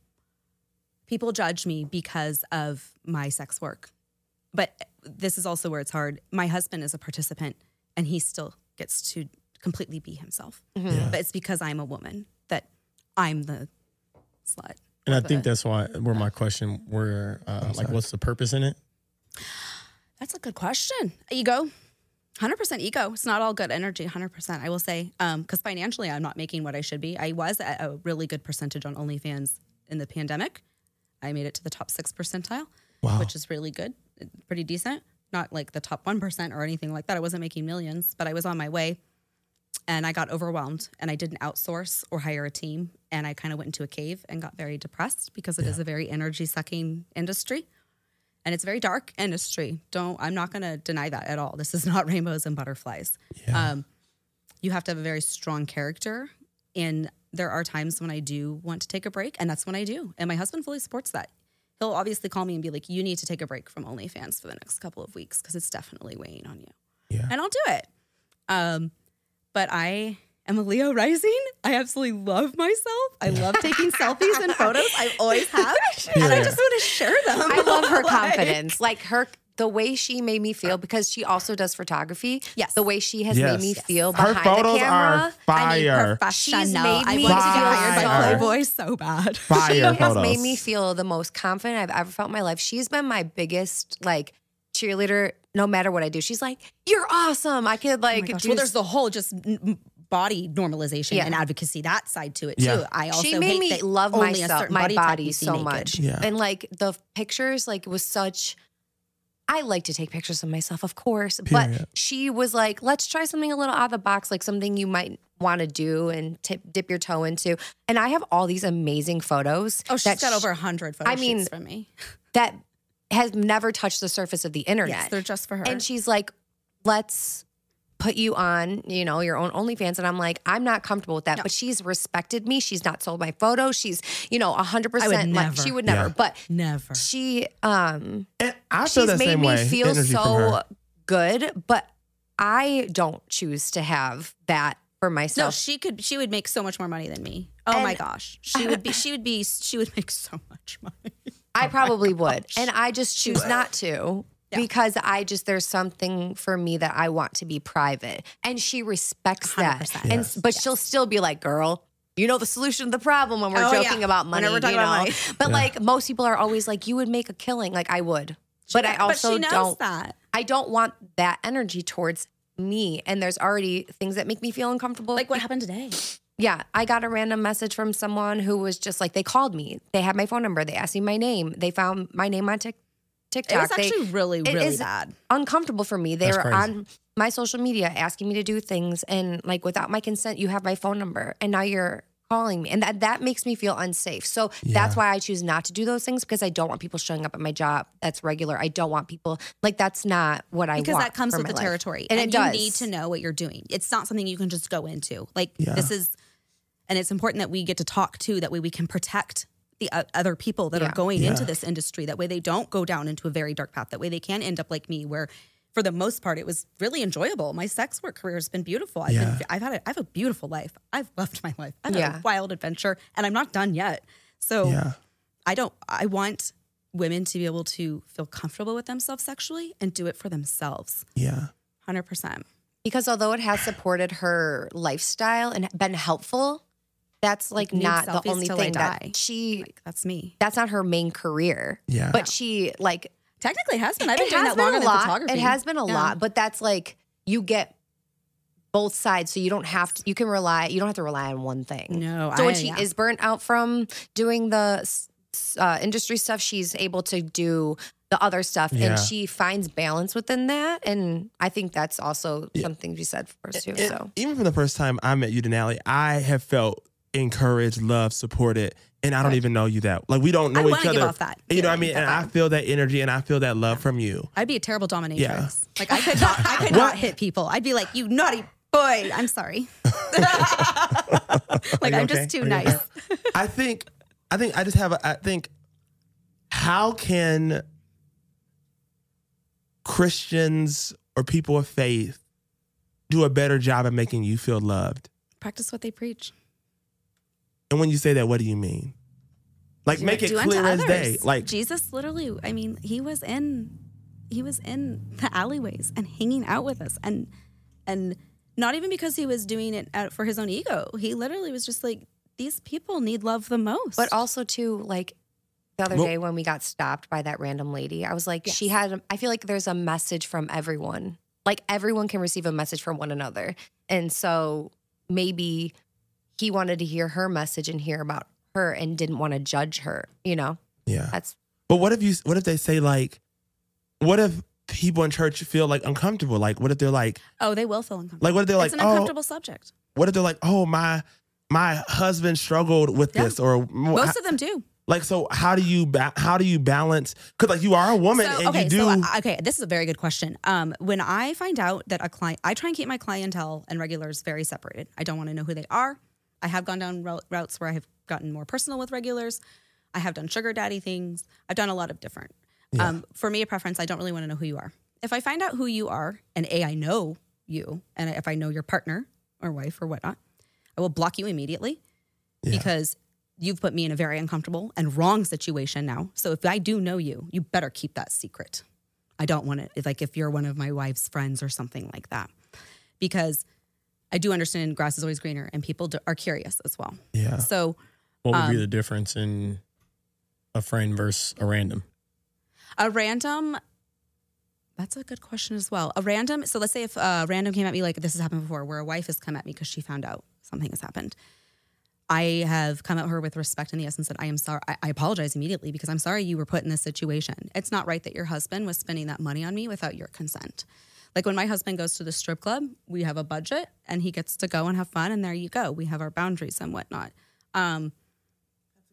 Speaker 4: people judge me because of my sex work, but this is also where it's hard. My husband is a participant, and he still gets to completely be himself.
Speaker 2: Mm-hmm.
Speaker 4: But it's because I'm a woman that I'm the slut.
Speaker 5: and I think that's why where my question were uh, like, what's the purpose in it?
Speaker 4: That's a good question. Ego. 100% ego. It's not all good energy, 100%. I will say, um, cuz financially I'm not making what I should be. I was at a really good percentage on OnlyFans in the pandemic. I made it to the top 6 percentile,
Speaker 1: Wow.
Speaker 4: which is really good, pretty decent. Not like the top 1% or anything like that. I wasn't making millions, but I was on my way. And I got overwhelmed and I didn't outsource or hire a team and I kind of went into a cave and got very depressed because it is a very energy sucking industry and it's a very dark industry. Don't I'm not going to deny that at all. This is not rainbows and butterflies. Um, you have to have a very strong character, and there are times when I do want to take a break, and that's when I do. And my husband fully supports that. He'll obviously call me and be like, "You need to take a break from OnlyFans for the next couple of weeks because it's definitely weighing on you."
Speaker 1: Yeah.
Speaker 4: and I'll do it. Um, but I am a Leo rising. I absolutely love myself. I love taking selfies and photos. I always have, and I just want to share them.
Speaker 2: I love her
Speaker 4: Like-
Speaker 2: confidence. Like her the way she made me feel because she also does photography.
Speaker 4: Yes.
Speaker 2: The way she has
Speaker 1: Yes.
Speaker 2: made me
Speaker 1: Yes.
Speaker 2: feel
Speaker 1: Her
Speaker 2: behind
Speaker 1: photos
Speaker 2: the camera.
Speaker 1: are
Speaker 4: I need
Speaker 1: fire.
Speaker 4: professional.
Speaker 2: She's made
Speaker 4: I
Speaker 2: me
Speaker 4: want to
Speaker 2: fire.
Speaker 4: get hired
Speaker 1: Fire.
Speaker 4: by Playboy so bad. Oh
Speaker 2: she
Speaker 1: Fire
Speaker 2: has
Speaker 1: photos.
Speaker 2: made me feel the most confident I've ever felt in my life. She's been my biggest like cheerleader. No matter what I do, she's like, "You're awesome." I could like.
Speaker 4: Oh Gosh,
Speaker 2: do
Speaker 4: well, there's the whole just n- n- body normalization
Speaker 2: Yeah.
Speaker 4: and advocacy that side to it too.
Speaker 1: Yeah.
Speaker 4: I also
Speaker 2: she made
Speaker 4: hate
Speaker 2: me
Speaker 4: that
Speaker 2: love
Speaker 4: only a
Speaker 2: myself,
Speaker 4: certain
Speaker 2: my
Speaker 4: body, type
Speaker 2: body
Speaker 4: you see
Speaker 2: so
Speaker 4: naked.
Speaker 2: much.
Speaker 1: Yeah.
Speaker 2: And like the pictures, like it was such. I like to take pictures of myself, of course,
Speaker 1: Period.
Speaker 2: but she was like, "Let's try something a little out of the box, like something you might want to do and tip, dip your toe into." And I have all these amazing photos.
Speaker 4: Oh, she's
Speaker 2: that
Speaker 4: got
Speaker 2: sh-
Speaker 4: over hundred photo
Speaker 2: I mean,
Speaker 4: shoots from me.
Speaker 2: that has never touched the surface of the internet.
Speaker 4: Yes, they're just for her.
Speaker 2: And she's like, let's put you on, you know, your own OnlyFans. And I'm like, I'm not comfortable with that. But she's respected me. She's not sold my photos. She's, you know, hundred percent like
Speaker 4: never.
Speaker 2: she would never.
Speaker 1: Yeah.
Speaker 2: But
Speaker 4: Never.
Speaker 2: she um
Speaker 1: And I feel
Speaker 2: she's
Speaker 1: that
Speaker 2: made
Speaker 1: same
Speaker 2: me
Speaker 1: way.
Speaker 2: feel
Speaker 1: Energy from her.
Speaker 2: so good, but I don't choose to have that for
Speaker 4: No,
Speaker 2: myself.
Speaker 4: she could. She would make so much more money than me. Oh my
Speaker 2: And-
Speaker 4: gosh, she would be. She would be. She would make so much money.
Speaker 2: I probably would. And I just choose not to because I just, there's something for me that I want to be private. And she respects that.
Speaker 4: 100%.
Speaker 2: And, but she'll still be like, girl, you know the solution to the problem when we're
Speaker 4: Oh, yeah.
Speaker 2: joking about money.
Speaker 4: Whenever we're talking
Speaker 2: you
Speaker 4: about
Speaker 2: know?
Speaker 4: money.
Speaker 2: But like most people are always like, you would make a killing. Like I would. But I also
Speaker 4: she knows
Speaker 2: don't.
Speaker 4: that.
Speaker 2: I don't want that energy towards me. And there's already things that make me feel uncomfortable.
Speaker 4: Like what happened today?
Speaker 2: Yeah, I got a random message from someone who was just like, they called me. They had my phone number. They asked me my name. They found my name on Tik
Speaker 4: It was
Speaker 2: TikTok. They
Speaker 4: actually really,
Speaker 2: it
Speaker 4: really
Speaker 2: is-
Speaker 4: bad.
Speaker 2: uncomfortable for me. They
Speaker 5: That's
Speaker 2: were
Speaker 5: crazy.
Speaker 2: on my social media asking me to do things, and like without my consent, you have my phone number, and now you're calling me, and that that makes me feel unsafe. So that's why I choose not to do those things because I don't want people showing up at my job. That's regular. I don't want people like that's not what I
Speaker 4: because
Speaker 2: want
Speaker 4: that comes
Speaker 2: for
Speaker 4: with
Speaker 2: my
Speaker 4: the
Speaker 2: life.
Speaker 4: territory
Speaker 2: and, it does.
Speaker 4: you need to know what you're doing it's not something you can just go into like
Speaker 1: Yeah.
Speaker 4: this is and it's important that we get to talk too that way we can protect the o- other people that
Speaker 2: Yeah.
Speaker 4: are going into this industry that way they don't go down into a very dark path that way they can end up like me where for the most part it was really enjoyable my sex work career has been beautiful i've,
Speaker 1: Yeah.
Speaker 4: been, I've had a, I have a beautiful life i've loved my life i've had
Speaker 2: Yeah.
Speaker 4: a wild adventure and i'm not done yet so
Speaker 1: Yeah.
Speaker 4: I don't I want women to be able to feel comfortable with themselves sexually and do it for themselves.
Speaker 1: Yeah.
Speaker 4: 100%.
Speaker 2: because although it has supported her lifestyle and been helpful, that's like
Speaker 4: Nude
Speaker 2: not the
Speaker 4: selfies
Speaker 2: only
Speaker 4: till I
Speaker 2: thing
Speaker 4: die.
Speaker 2: that she.
Speaker 4: Like that's me.
Speaker 2: That's not her main career.
Speaker 1: Yeah.
Speaker 2: but she like
Speaker 4: Technically it has been. I've been
Speaker 2: it
Speaker 4: doing
Speaker 2: has
Speaker 4: that
Speaker 2: been
Speaker 4: longer
Speaker 2: a
Speaker 4: than
Speaker 2: lot.
Speaker 4: photography.
Speaker 2: It has been a
Speaker 4: Yeah.
Speaker 2: lot, but that's like you get both sides, so you don't have to. You can rely. You don't have to rely on one thing.
Speaker 4: No,
Speaker 2: So when
Speaker 4: I-
Speaker 2: she
Speaker 4: yeah.
Speaker 2: is burnt out from doing the s- s- uh, industry stuff, she's able to do the other stuff,
Speaker 1: Yeah.
Speaker 2: and she finds balance within that. And I think that's also something to be said for us too.
Speaker 1: And
Speaker 2: so
Speaker 1: even from the first time I met you, Denali, I have felt encouraged, loved, supported, and I don't even know you that. Like we don't know
Speaker 4: I
Speaker 1: each
Speaker 4: wanna
Speaker 1: other.
Speaker 4: give off that
Speaker 1: You know what I
Speaker 4: feeling,
Speaker 1: mean?
Speaker 4: that
Speaker 1: And I feel that energy and I feel that love from you.
Speaker 4: I'd be a terrible dominatrix.
Speaker 1: Yeah.
Speaker 4: Like I could not I could not hit people. I'd be like, "You naughty boy." I'm sorry. like I'm
Speaker 5: okay?
Speaker 4: just too
Speaker 5: Are you
Speaker 4: nice.
Speaker 1: I think, I think I just have. A, I think, how can Christians or people of faith do a better job at making you feel loved?
Speaker 4: Practice what they preach.
Speaker 1: And when you say that, what do you mean? Like make it clear as day. Like
Speaker 4: Jesus literally, I mean, he was in he was in the alleyways and hanging out with us and and not even because he was doing it out for his own ego. He literally was just like these people need love the most.
Speaker 2: But also too, like the other
Speaker 1: Well-
Speaker 2: day when we got stopped by that random lady, I was like, she had. I feel like there's a message from everyone. Like everyone can receive a message from one another, and so maybe he wanted to hear her message and hear about her and didn't want to judge her. You know,
Speaker 1: yeah.
Speaker 2: that's
Speaker 1: But what if you? What if they say like? What if people in church feel like uncomfortable? Like, what if they're like,
Speaker 4: oh, they will feel uncomfortable.
Speaker 1: like, what if they're like,
Speaker 4: it's an
Speaker 1: oh,
Speaker 4: uncomfortable subject.
Speaker 1: what if they're like, oh, my, my husband struggled with
Speaker 4: Yeah.
Speaker 1: this, or
Speaker 4: Most of them do.
Speaker 1: like, so how do you ba- how do you balance? Because like you are a woman
Speaker 4: So,
Speaker 1: and
Speaker 4: okay,
Speaker 1: you do,
Speaker 4: so I- okay, this is a very good question. Um, when I find out that a client, I try and keep my clientele and regulars very separated. I don't want to know who they are. I have gone down route, routes where I have gotten more personal with regulars. I have done sugar daddy things. I've done a lot of different. Um, for me, a preference. I don't really want to know who you are. If I find out who you are, and a I know you, and if I know your partner or wife or whatnot, I will block you immediately because you've put me in a very uncomfortable and wrong situation now. So if I do know you, you better keep that secret. I don't want it. If, Like if you're one of my wife's friends or something like that, because I do understand grass is always greener, and people do, are curious as well.
Speaker 1: Yeah.
Speaker 4: So
Speaker 5: What would be
Speaker 4: Um,
Speaker 5: the difference in a friend versus a random?
Speaker 4: A random. That's a good question as well. A random. So let's say if a random came at me like this has happened before, where a wife has come at me because she found out something has happened. I have come at her with respect and the essence that I am sorry. I, I apologize immediately because I'm sorry you were put in this situation. It's not right that your husband was spending that money on me without your consent. Like when my husband goes to the strip club, we have a budget and he gets to go and have fun, and there you go. We have our boundaries and whatnot. Um,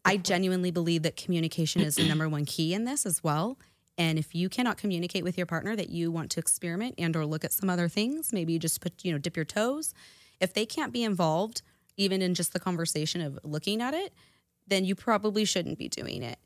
Speaker 4: I genuinely believe that communication is the number one key in this as well. And if you cannot communicate with your partner that you want to experiment and or look at some other things, maybe you just put, you know, dip your toes. If they can't be involved even in just the conversation of looking at it, then you probably shouldn't be doing it.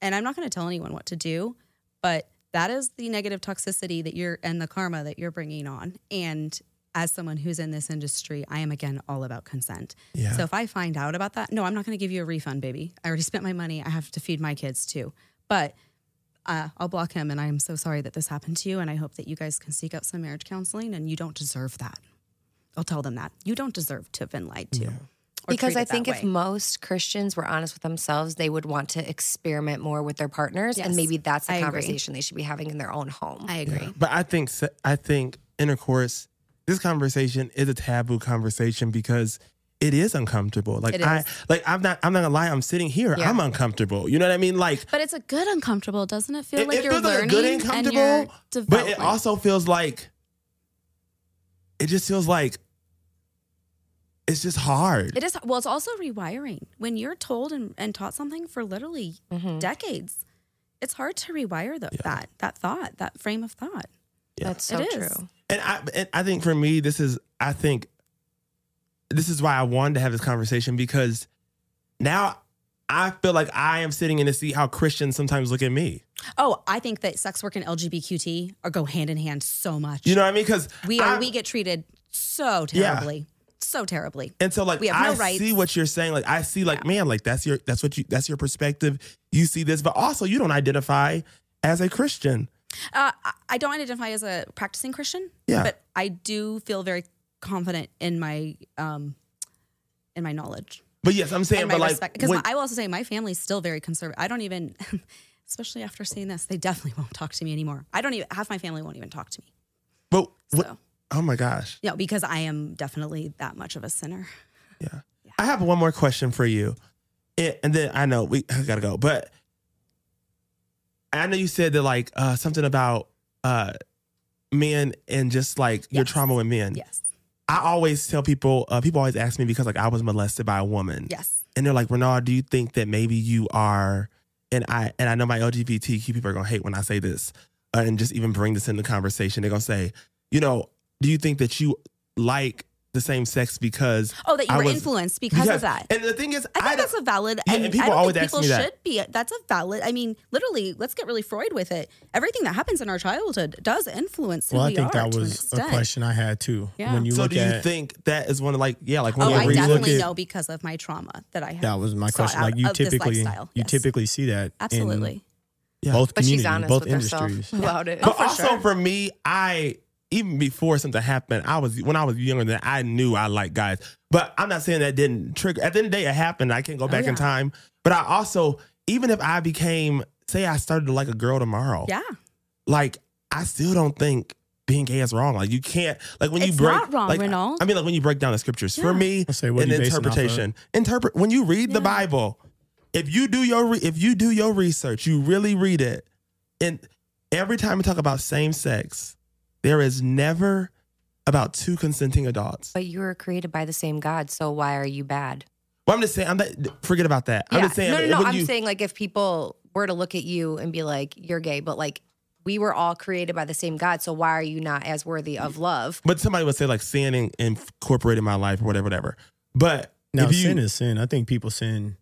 Speaker 4: And I'm not going to tell anyone what to do, but that is the negative toxicity that you're and the karma that you're bringing on. And as someone who's in this industry, I am again all about consent.
Speaker 1: Yeah.
Speaker 4: So if I find out about that, no, I'm not going to give you a refund, baby. I already spent my money. I have to feed my kids too. But uh, I'll block him, and I am so sorry that this happened to you. And I hope that you guys can seek out some marriage counseling. And you don't deserve that. I'll tell them that you don't deserve to have been lied to. or
Speaker 2: because I
Speaker 4: treated that
Speaker 2: think if
Speaker 4: way.
Speaker 2: most Christians were honest with themselves, they would want to experiment more with their partners, and
Speaker 4: Yes.
Speaker 2: maybe that's the
Speaker 4: I agree.
Speaker 2: conversation they should be having in their own home.
Speaker 4: I agree.
Speaker 1: But I think se- I think intercourse. This conversation is a taboo conversation because it is uncomfortable. Like
Speaker 4: It
Speaker 1: I
Speaker 4: is.
Speaker 1: like I'm not I'm not gonna lie. I'm sitting here.
Speaker 2: Yeah.
Speaker 1: I'm uncomfortable. You know what I mean? Like
Speaker 4: But it's a good uncomfortable, doesn't it? Feel
Speaker 1: it,
Speaker 4: like
Speaker 1: it
Speaker 4: you're
Speaker 1: feels like a
Speaker 4: learning
Speaker 1: good
Speaker 4: and you're
Speaker 1: uncomfortable, but
Speaker 4: developing.
Speaker 1: it also feels like it just feels like it's just hard.
Speaker 4: it is well. It's also rewiring when you're told and, and taught something for literally
Speaker 1: Mm-hmm.
Speaker 4: decades. It's hard to rewire the, that that thought, that frame of thought.
Speaker 2: That's so
Speaker 4: It
Speaker 2: true.
Speaker 4: is.
Speaker 1: And I and I think for me, this is I think this is why I wanted to have this conversation because now I feel like I am sitting in to see how Christians sometimes look at me.
Speaker 4: Oh, I think that sex work and LGBTQT are go hand in hand so much.
Speaker 1: You know what I mean? Because
Speaker 4: we are we get treated so
Speaker 1: Yeah.
Speaker 4: terribly, so terribly.
Speaker 1: And so like
Speaker 4: We have
Speaker 1: I
Speaker 4: no rights.
Speaker 1: see what you're saying. Like I see like man, like that's your that's what you that's your perspective. You see this, but also you don't identify as a Christian.
Speaker 4: Uh, I- I don't identify as a practicing Christian,
Speaker 1: Yeah.
Speaker 4: but I do feel very confident in my um, in my knowledge.
Speaker 1: But yes, I'm saying,
Speaker 4: and
Speaker 1: but
Speaker 4: my
Speaker 1: like
Speaker 4: respect. Because
Speaker 1: when-
Speaker 4: I will also say my family's still very conservative. I don't even, especially after seeing this, they definitely won't talk to me anymore. I don't even half my family won't even talk to me.
Speaker 1: but what-
Speaker 4: So.
Speaker 1: oh my gosh,
Speaker 4: No, because I am definitely that much of a sinner.
Speaker 1: yeah. I have one more question for you, and, and then I know we I gotta go, but I know you said that like uh, something about uh, men and just like your
Speaker 4: Yes.
Speaker 1: trauma with men.
Speaker 4: Yes,
Speaker 1: I always tell people, uh, people always ask me because like I was molested by a woman.
Speaker 4: yes.
Speaker 1: and they're like, Renard, do you think that maybe you are, and I and I know my LGBTQ people are gonna hate when I say this, uh, and just even bring this in the conversation. They're gonna say, you know, do you think that you like the same sex because
Speaker 4: Oh, that you
Speaker 1: I
Speaker 4: were
Speaker 1: was-
Speaker 4: influenced because
Speaker 1: yes.
Speaker 4: of that.
Speaker 1: And the thing is,
Speaker 4: I
Speaker 1: I,
Speaker 4: think
Speaker 1: don't-
Speaker 4: that's a valid.
Speaker 1: Yeah,
Speaker 4: and
Speaker 1: and people
Speaker 4: I don't
Speaker 1: always
Speaker 4: think
Speaker 1: ask
Speaker 4: people
Speaker 1: me that.
Speaker 4: should be. That's a valid. I mean, literally, let's get really Freud with it. Everything that happens in our childhood does influence who
Speaker 5: Well, I
Speaker 4: we
Speaker 5: think
Speaker 4: are
Speaker 5: that
Speaker 4: to an
Speaker 5: was a
Speaker 4: extent.
Speaker 5: question I had too.
Speaker 4: Yeah.
Speaker 5: When you
Speaker 1: so
Speaker 5: look
Speaker 1: do you
Speaker 5: at
Speaker 1: think that is one of like yeah like one
Speaker 4: Oh,
Speaker 1: of
Speaker 5: Yeah,
Speaker 1: the
Speaker 5: when you
Speaker 4: I
Speaker 1: reasons-
Speaker 5: look
Speaker 4: definitely
Speaker 5: at-
Speaker 4: know because of my trauma that I have.
Speaker 5: that was my
Speaker 4: sought
Speaker 5: question.
Speaker 4: out
Speaker 5: Like you
Speaker 4: of this
Speaker 5: typically, you
Speaker 4: lifestyle. Yes.
Speaker 5: typically see that
Speaker 4: absolutely.
Speaker 5: in both
Speaker 2: But she's
Speaker 5: communities,
Speaker 2: honest
Speaker 5: both
Speaker 2: with herself
Speaker 5: industries.
Speaker 2: about it.
Speaker 1: but also for me I even before something happened I was when I was younger than I knew I liked guys but I'm not saying that didn't trigger at the end of the day it happened I can't go back in
Speaker 4: Oh, yeah.
Speaker 1: time but I also even if I became say I started to like a girl tomorrow
Speaker 4: yeah,
Speaker 1: like I still don't think being gay is wrong like you can't like when you
Speaker 4: It's
Speaker 1: break
Speaker 4: not wrong,
Speaker 1: like,
Speaker 4: Renaud.
Speaker 1: I mean like when you break down the scriptures
Speaker 4: Yeah.
Speaker 1: for me
Speaker 5: I'll say, what
Speaker 1: an
Speaker 5: do you base it off of?
Speaker 1: interpretation interpret when you read the Bible if you do your re- if you do your research, you really read it, and every time we talk about same sex, there is never about two consenting adults.
Speaker 2: But you were created by the same God, so why are you bad?
Speaker 1: Well, I'm just saying, I'm not, forget about that. I'm just saying,
Speaker 2: no, no, no.
Speaker 1: when
Speaker 2: I'm
Speaker 1: you-
Speaker 2: saying like if people were to look at you and be like, "You're gay," but like we were all created by the same God, so why are you not as worthy of love?
Speaker 1: but somebody would say like sin in, incorporated in my life or whatever, whatever. But
Speaker 5: Now,
Speaker 1: if you,
Speaker 5: sin is sin. I think people sin.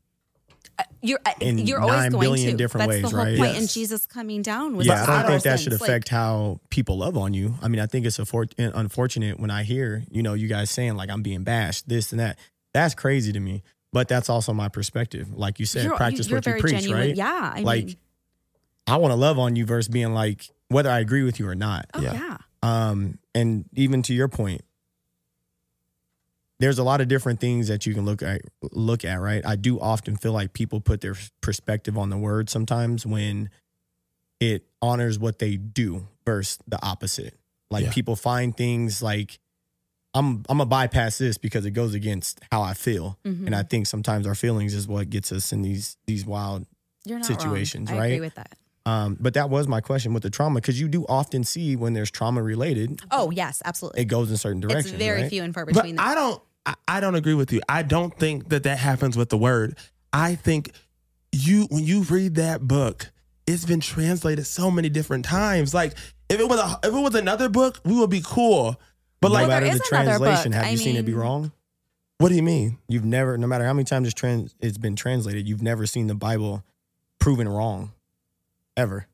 Speaker 4: you're uh,
Speaker 5: In
Speaker 4: you're always
Speaker 5: nine
Speaker 4: going
Speaker 5: billion
Speaker 4: to.
Speaker 5: different
Speaker 4: That's the
Speaker 5: ways,
Speaker 4: whole
Speaker 5: right?
Speaker 4: point
Speaker 1: Yes.
Speaker 4: in Jesus coming down. Was
Speaker 5: Yeah, I
Speaker 4: to
Speaker 5: don't
Speaker 4: our
Speaker 5: think that
Speaker 4: sins.
Speaker 5: should
Speaker 4: Like,
Speaker 5: affect how people love on you. I mean, I think it's affor- unfortunate when I hear, you know, you guys saying like I'm being bashed, this and that. That's crazy to me. But that's also my perspective. Like you said,
Speaker 4: you're,
Speaker 5: practice
Speaker 4: you're
Speaker 5: what
Speaker 4: very
Speaker 5: you preach,
Speaker 4: genuine.
Speaker 5: right?
Speaker 4: Yeah, I
Speaker 5: like
Speaker 4: mean,
Speaker 5: I want to love on you versus being like whether I agree with you or not.
Speaker 4: Oh
Speaker 1: Yeah.
Speaker 4: yeah.
Speaker 5: Um, and even to your point, there's a lot of different things that you can look at look at, right? I do often feel like people put their perspective on the word sometimes when it honors what they do versus the opposite. Like
Speaker 1: Yeah.
Speaker 5: people find things like I'm I'm gonna bypass this because it goes against how I feel.
Speaker 4: Mhm.
Speaker 5: And I think sometimes our feelings is what gets us in these these wild
Speaker 4: You're not
Speaker 5: situations,
Speaker 4: wrong. I
Speaker 5: right?
Speaker 4: agree with that.
Speaker 5: um but that was my question with the trauma because you do often see when there's trauma related
Speaker 4: Oh yes, absolutely.
Speaker 5: it goes in certain
Speaker 4: It's
Speaker 5: directions.
Speaker 4: very
Speaker 5: right?
Speaker 4: few and far
Speaker 1: But
Speaker 4: between.
Speaker 1: I don't. I, I don't agree with you. I don't think that that happens with the word. I think you when you read that book, it's been translated so many different times. Like if it was a, if it was another book, we would be cool. But
Speaker 5: no
Speaker 1: like,
Speaker 5: matter
Speaker 4: there
Speaker 5: the
Speaker 4: is another
Speaker 5: translation,
Speaker 4: book.
Speaker 5: have
Speaker 4: I
Speaker 5: you seen it be
Speaker 4: mean-
Speaker 5: wrong?
Speaker 1: what do you mean?
Speaker 5: You've never, no matter how many times it's, trans, it's been translated, you've never seen the Bible proven wrong, ever.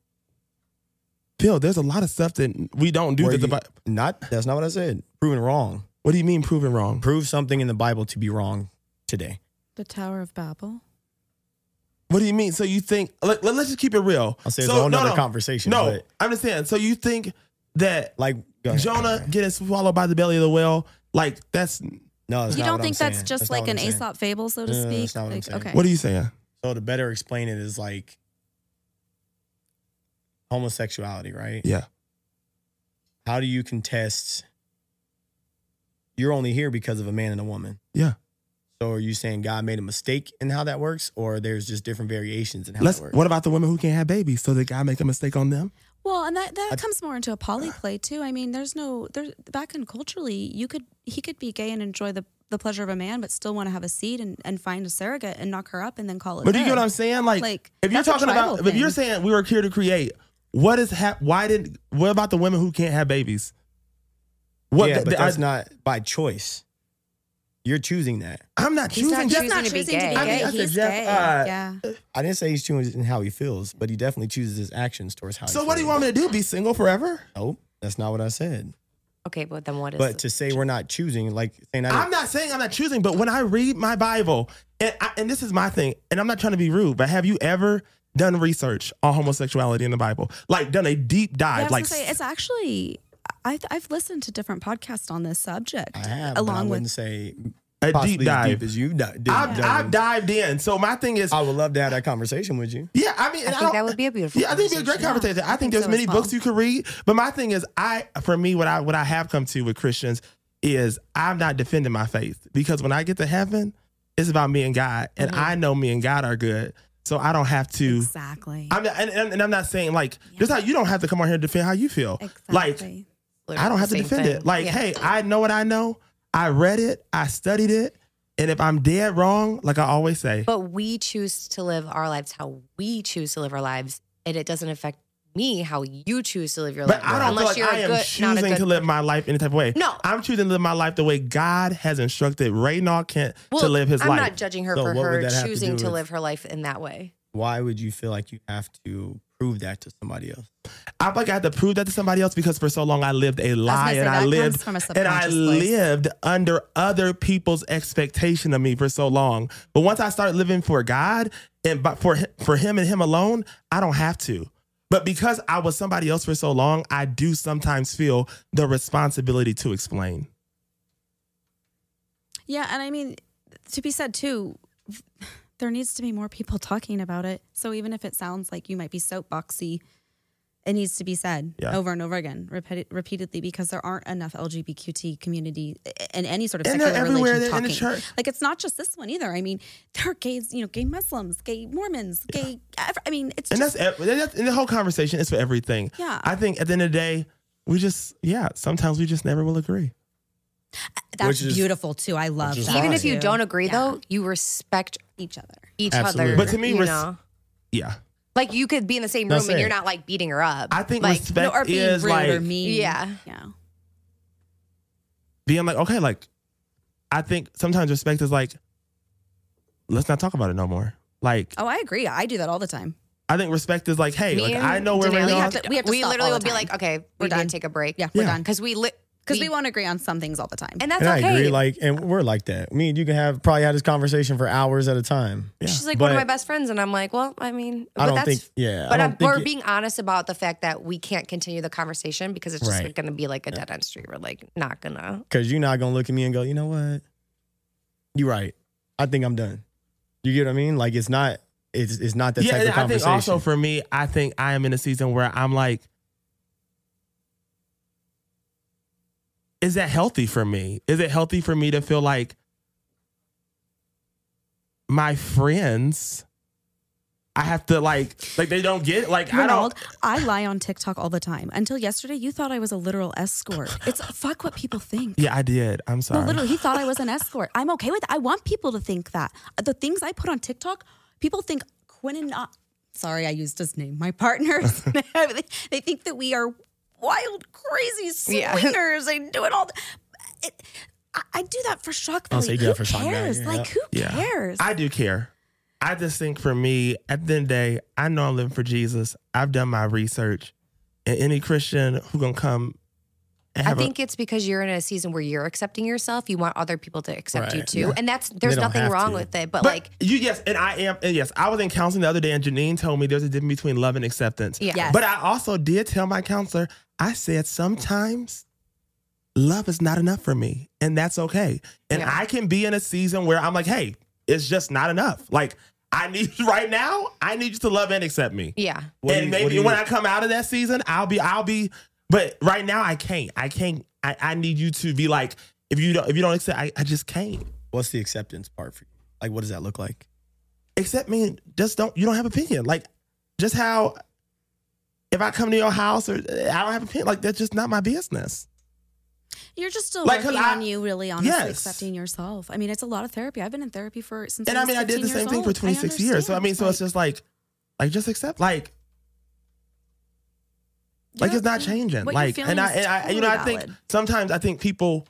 Speaker 1: Bill, there's a lot of stuff that we don't do.
Speaker 5: Where
Speaker 1: That the,
Speaker 5: you-
Speaker 1: Bi-
Speaker 5: Not that's not what I said. Proven wrong.
Speaker 1: what do you mean proven wrong?
Speaker 5: Prove something in the Bible to be wrong today.
Speaker 4: the Tower of Babel.
Speaker 1: What do you mean? So you think? Let, let, us just keep it real.
Speaker 5: I'll say it's
Speaker 1: so,
Speaker 5: a whole
Speaker 1: no,
Speaker 5: nother
Speaker 1: no,
Speaker 5: conversation.
Speaker 1: No,
Speaker 5: but,
Speaker 1: I understand. So you think that
Speaker 5: like go ahead.
Speaker 1: Jonah getting swallowed by the belly of the whale, like that's
Speaker 5: No, that's
Speaker 4: you
Speaker 5: not
Speaker 4: don't
Speaker 5: what
Speaker 4: think
Speaker 5: I'm
Speaker 4: that's
Speaker 5: saying.
Speaker 4: just
Speaker 5: not
Speaker 4: like
Speaker 5: what
Speaker 4: an
Speaker 5: I'm saying.
Speaker 4: Aesop fable, so to
Speaker 5: No, no, no,
Speaker 4: speak?
Speaker 5: that's not what I'm
Speaker 4: Like,
Speaker 5: saying.
Speaker 4: okay.
Speaker 1: what are you saying?
Speaker 5: So to better explain it is like homosexuality, right?
Speaker 1: Yeah.
Speaker 5: How do you contest? You're only here because of a man and a woman.
Speaker 1: Yeah.
Speaker 5: So are you saying God made a mistake in how that works, or there's just different variations in how
Speaker 1: Let's.
Speaker 5: that works?
Speaker 1: What about the women who can't have babies? So did God make a mistake on them?
Speaker 4: Well, and that, that
Speaker 5: I-
Speaker 4: comes more into a poly play too. I mean, there's no there back in culturally, you could he could be gay and enjoy the, the pleasure of a man, but still want to have a seed and, and find a surrogate and knock her up and then call it.
Speaker 1: But do you
Speaker 4: good.
Speaker 1: get what I'm saying? Like,
Speaker 4: Like,
Speaker 1: if you're
Speaker 4: that's a
Speaker 1: talking about,
Speaker 4: tribal
Speaker 1: if you're
Speaker 4: thing.
Speaker 1: saying we were here to create, what is hap- why did what about the women who can't have babies? What?
Speaker 5: yeah,
Speaker 1: th-
Speaker 5: but
Speaker 1: th- I-
Speaker 5: that's not by choice. You're choosing that.
Speaker 1: I'm not
Speaker 2: He's not
Speaker 1: choosing.
Speaker 2: choosing
Speaker 1: That's
Speaker 2: to be gay.
Speaker 1: I mean, that's a
Speaker 4: He's
Speaker 1: Jeff,
Speaker 4: gay.
Speaker 1: uh,
Speaker 4: yeah.
Speaker 5: I didn't say he's choosing how he feels, but he definitely chooses his actions towards how.
Speaker 1: So what do you want me to do? Be single forever?
Speaker 5: No, that's not what I said.
Speaker 2: Okay, but then what is
Speaker 5: But to say we're not choosing, like saying I
Speaker 1: I'm not saying I'm not choosing, but when I read my Bible, and I, and this is my thing, and I'm not trying to be rude, but have you ever done research on homosexuality in the Bible? Like done a deep
Speaker 4: Yeah, I
Speaker 1: dive?
Speaker 4: was
Speaker 1: like
Speaker 4: gonna say, it's actually I've I've listened to different podcasts on this subject
Speaker 5: I have, but I
Speaker 4: along
Speaker 5: wouldn't
Speaker 4: with
Speaker 5: say
Speaker 1: a deep
Speaker 5: possibly as
Speaker 1: dive.
Speaker 5: deep as you di- did.
Speaker 1: I've,
Speaker 5: done.
Speaker 1: I've dived in. So my thing is,
Speaker 5: I would love to have that conversation with you.
Speaker 1: yeah, I mean, and
Speaker 2: I
Speaker 1: I
Speaker 2: think
Speaker 1: don't-
Speaker 2: that would be a beautiful
Speaker 1: Yeah, I think it'd be a great conversation. I, think
Speaker 4: think
Speaker 1: there's
Speaker 4: so
Speaker 1: many
Speaker 4: as
Speaker 1: books
Speaker 4: well.
Speaker 1: you could read, but my thing is, I for me, what I what I have come to with Christians is I'm not defending my faith because when I get to heaven, it's about me and God, and
Speaker 2: Mm-hmm.
Speaker 1: I know me and God are good, so I don't have to.
Speaker 4: exactly.
Speaker 1: I'm not, and, and, and I'm not saying like just how you don't have to come on here and defend how you feel. Like
Speaker 4: Exactly.
Speaker 1: I don't have to
Speaker 2: Same
Speaker 1: defend
Speaker 2: thing.
Speaker 1: it. Like
Speaker 2: Yeah.
Speaker 1: hey, I know what I know. I read it. I studied it. And if I'm dead wrong, like I always say,
Speaker 2: But we choose to live our lives how we choose to live our lives, and it doesn't affect me how you choose to live your
Speaker 1: But
Speaker 2: life.
Speaker 1: I don't
Speaker 2: unless
Speaker 1: feel
Speaker 2: you're
Speaker 1: like
Speaker 2: a
Speaker 1: I am
Speaker 2: good, not a
Speaker 1: choosing
Speaker 2: good.
Speaker 1: to live my life any type of way.
Speaker 2: No.
Speaker 1: I'm choosing to live my life the way God has instructed Raynaud Kent
Speaker 2: well,
Speaker 1: to live his
Speaker 2: I'm
Speaker 1: life.
Speaker 2: not judging her
Speaker 5: So
Speaker 2: for
Speaker 5: what would
Speaker 2: her
Speaker 5: that have to
Speaker 2: choosing
Speaker 5: do
Speaker 2: to,
Speaker 5: with-
Speaker 2: live her life in that way.
Speaker 5: Why would you feel like you have to prove that to somebody else?
Speaker 1: I feel like I had to prove that to somebody else because for so long I lived a lie
Speaker 4: say,
Speaker 1: and I
Speaker 4: that
Speaker 1: lived
Speaker 4: comes from a
Speaker 1: and I
Speaker 4: subconscious place.
Speaker 1: lived under other people's expectation of me for so long. But once I start living for God and but for hi- for Him and Him alone, I don't have to. But because I was somebody else for so long, I do sometimes feel the responsibility to explain.
Speaker 4: Yeah, and I mean, to be said too, there needs to be more people talking about it. So even if it sounds like you might be soapboxy, it needs to be said
Speaker 1: Yeah.
Speaker 4: over and over again, repeat, repeatedly, because there aren't enough LGBTQT community eh, in any sort of
Speaker 1: And they're
Speaker 4: secular
Speaker 1: everywhere
Speaker 4: religion
Speaker 1: they're in
Speaker 4: talking.
Speaker 1: the church.
Speaker 4: Like it's not just this one either. I mean, there are gays, you know, gay Muslims, gay Mormons, gay. ev- I mean, it's
Speaker 1: and
Speaker 4: just
Speaker 1: that's, ev- that's and the whole conversation is for everything.
Speaker 4: Yeah.
Speaker 1: I think at the end of the day, we just yeah. Sometimes we just never will agree.
Speaker 4: that's
Speaker 5: Which is-
Speaker 4: beautiful too. I love
Speaker 5: is
Speaker 4: that.
Speaker 5: fine.
Speaker 2: Even if you
Speaker 4: too.
Speaker 2: don't agree,
Speaker 4: Yeah.
Speaker 2: though, you respect
Speaker 4: each other.
Speaker 2: each
Speaker 5: Absolutely.
Speaker 2: other.
Speaker 1: But to me,
Speaker 2: you
Speaker 1: res-
Speaker 2: know?
Speaker 1: Yeah,
Speaker 2: like you could be in the same
Speaker 5: That's
Speaker 2: room and
Speaker 5: it.
Speaker 2: you're not like beating her up.
Speaker 1: I think
Speaker 2: like
Speaker 1: respect
Speaker 4: or being
Speaker 1: is
Speaker 4: rude
Speaker 1: like
Speaker 4: or mean.
Speaker 2: Yeah.
Speaker 4: Yeah.
Speaker 1: being like okay, like I think sometimes respect is like let's not talk about it no more. Like
Speaker 4: Oh, I agree. I do that all the time.
Speaker 1: I think respect is like hey,
Speaker 2: me
Speaker 1: like
Speaker 2: and
Speaker 1: I know where
Speaker 2: Danielle,
Speaker 1: Ray
Speaker 2: we
Speaker 4: Raynor-
Speaker 2: have to, we,
Speaker 4: We have to stop
Speaker 2: literally
Speaker 4: all
Speaker 2: will
Speaker 4: the
Speaker 2: be
Speaker 4: time.
Speaker 2: like, okay,
Speaker 4: We're
Speaker 2: we need
Speaker 4: done.
Speaker 2: to take a break.
Speaker 4: Yeah, we're
Speaker 1: Yeah.
Speaker 4: done.
Speaker 2: because we li-
Speaker 4: because we, won't agree on some things all the time.
Speaker 2: and that's
Speaker 5: and I
Speaker 2: okay.
Speaker 5: agree. Like, and we're like that. Me and you can have probably had this conversation for hours at a time.
Speaker 2: She's like one of
Speaker 5: but-
Speaker 2: my best friends, and I'm like, well, I mean,
Speaker 5: I
Speaker 2: but
Speaker 5: don't
Speaker 2: that's-
Speaker 5: think- yeah, I
Speaker 2: But
Speaker 5: don't
Speaker 2: I'm,
Speaker 5: think
Speaker 2: we're
Speaker 5: it-
Speaker 2: being honest about the fact that we can't continue the conversation because it's just
Speaker 5: Right.
Speaker 2: going to be like a dead end street. We're like not gonna.
Speaker 5: Cause you're not gonna look at me and go, you know what? You're right. I think I'm done. You get what I mean? Like it's not it's it's not that
Speaker 1: yeah,
Speaker 5: type
Speaker 1: and
Speaker 5: of
Speaker 1: I think
Speaker 5: conversation.
Speaker 1: also for me, I think I am in a season where I'm like, is that healthy for me? Is it healthy for me to feel like my friends? I have to like, like they don't get it. like I
Speaker 4: Ronald,
Speaker 1: don't.
Speaker 4: I lie on TikTok all the time. Until yesterday, you thought I was a literal escort. It's fuck what people think.
Speaker 1: Yeah, I did. I'm
Speaker 4: No,
Speaker 1: sorry.
Speaker 4: literally, he thought I was an escort. I'm okay with. I want people to think that Uh, the things I put on TikTok, people think Quinn and I. Sorry, I used his name. My partners, they think that we are wild, crazy
Speaker 2: Yeah.
Speaker 4: swingers and doing all. The, it, I, I do that for shock
Speaker 5: Oh,
Speaker 4: value.
Speaker 5: so you do
Speaker 4: who
Speaker 5: that for shock value,
Speaker 4: cares?
Speaker 5: yeah.
Speaker 4: Like who cares?
Speaker 1: I do care. I just think for me, at the end of the day, I know I'm living for Jesus. I've done my research. And any Christian who gonna come and
Speaker 2: I
Speaker 1: have a-
Speaker 2: think it's because you're in a season where you're accepting yourself. You want other people to accept you
Speaker 5: Right,
Speaker 2: too,
Speaker 5: yeah.
Speaker 2: and that's there's
Speaker 5: don't
Speaker 2: nothing
Speaker 5: have
Speaker 2: wrong
Speaker 5: to.
Speaker 2: with it. But,
Speaker 1: but
Speaker 2: like,
Speaker 1: you yes, and I am and yes, I was in counseling the other day and Janine told me there's a difference between love and acceptance.
Speaker 2: yeah,
Speaker 4: Yes.
Speaker 1: But I also did tell my counselor, I said sometimes love is not enough for me, and that's okay. And
Speaker 2: Yeah.
Speaker 1: I can be in a season where I'm like, hey, it's just not enough. Like, I need right now, I need you to love and accept me.
Speaker 2: yeah,
Speaker 5: What do
Speaker 1: and
Speaker 5: you- what
Speaker 1: maybe
Speaker 5: do you-
Speaker 1: when I come out of that season, I'll be, I'll be, but right now I can't. I can't. I, I need you to be like, if you don't, if you don't accept, I, I just can't.
Speaker 5: what's the acceptance part for you? Like what does that look like?
Speaker 1: Accept me. Just don't. You don't have opinion. Like, just how. If I come to your house or I don't have a opinion, like that's just not my business.
Speaker 4: You're just still
Speaker 1: Like, 'cause
Speaker 4: working
Speaker 1: I-
Speaker 4: on you, really, honestly,
Speaker 1: Yes.
Speaker 4: accepting yourself. I mean, it's a lot of therapy. I've been in therapy for since.
Speaker 1: and I
Speaker 4: was
Speaker 1: mean, I did
Speaker 4: 15
Speaker 1: the
Speaker 4: years
Speaker 1: same thing for
Speaker 4: old. I
Speaker 1: 26 years. So I
Speaker 4: understand.
Speaker 1: mean, so it's just like, like just accept, like, like
Speaker 4: Yeah,
Speaker 1: it's not
Speaker 4: yeah.
Speaker 1: changing.
Speaker 4: What you're
Speaker 1: like,
Speaker 4: feeling
Speaker 1: and I,
Speaker 4: is
Speaker 1: and I, you know,
Speaker 4: totally
Speaker 1: I think
Speaker 4: valid.
Speaker 1: sometimes I think people,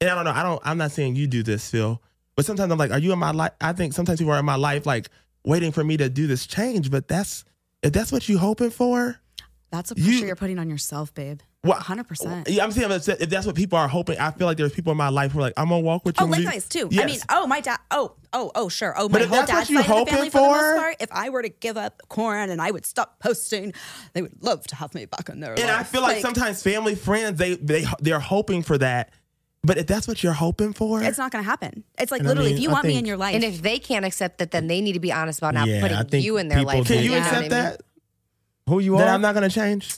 Speaker 1: and I don't know, I don't, I'm not saying you do this, Phil, but sometimes I'm like, are you in my life? I think sometimes people are in my life, like waiting for me to do this change, but that's if that's what you hoping for.
Speaker 4: That's a
Speaker 1: You-
Speaker 4: pressure you, are putting on yourself, babe.
Speaker 1: Well,
Speaker 4: 100%.
Speaker 1: Yeah, I'm saying if that's- if that's what people are hoping. I feel like there's people in my life who are like, I'm gonna walk with you.
Speaker 4: Oh,
Speaker 1: and we-
Speaker 4: likewise too. I
Speaker 1: Yes.
Speaker 4: mean, oh my dad. Oh, oh, oh, sure. Oh,
Speaker 1: But
Speaker 4: my
Speaker 1: if
Speaker 4: whole
Speaker 1: that's what
Speaker 4: dad's
Speaker 1: you
Speaker 4: side of the
Speaker 1: hoping
Speaker 4: family for, the
Speaker 1: for-
Speaker 4: most part. If I were to give up corn and I would stop posting, they would love to have me back on their.
Speaker 1: And I
Speaker 4: life.
Speaker 1: feel like, sometimes family friends they they they're hoping for that, but if that's what you're hoping for,
Speaker 4: it's not going to happen. It's like
Speaker 5: And I
Speaker 4: literally,
Speaker 5: mean,
Speaker 4: if you
Speaker 5: I
Speaker 4: want me
Speaker 5: think-
Speaker 4: in your life,
Speaker 2: and if they can't accept it, then they need to be honest about not
Speaker 5: Yeah, I
Speaker 2: putting
Speaker 5: think
Speaker 2: you in their
Speaker 5: people
Speaker 2: life.
Speaker 5: do
Speaker 1: can
Speaker 5: Yeah,
Speaker 1: you
Speaker 5: you know
Speaker 1: accept that?
Speaker 5: Who you
Speaker 1: That
Speaker 5: are?
Speaker 1: I'm not gonna change.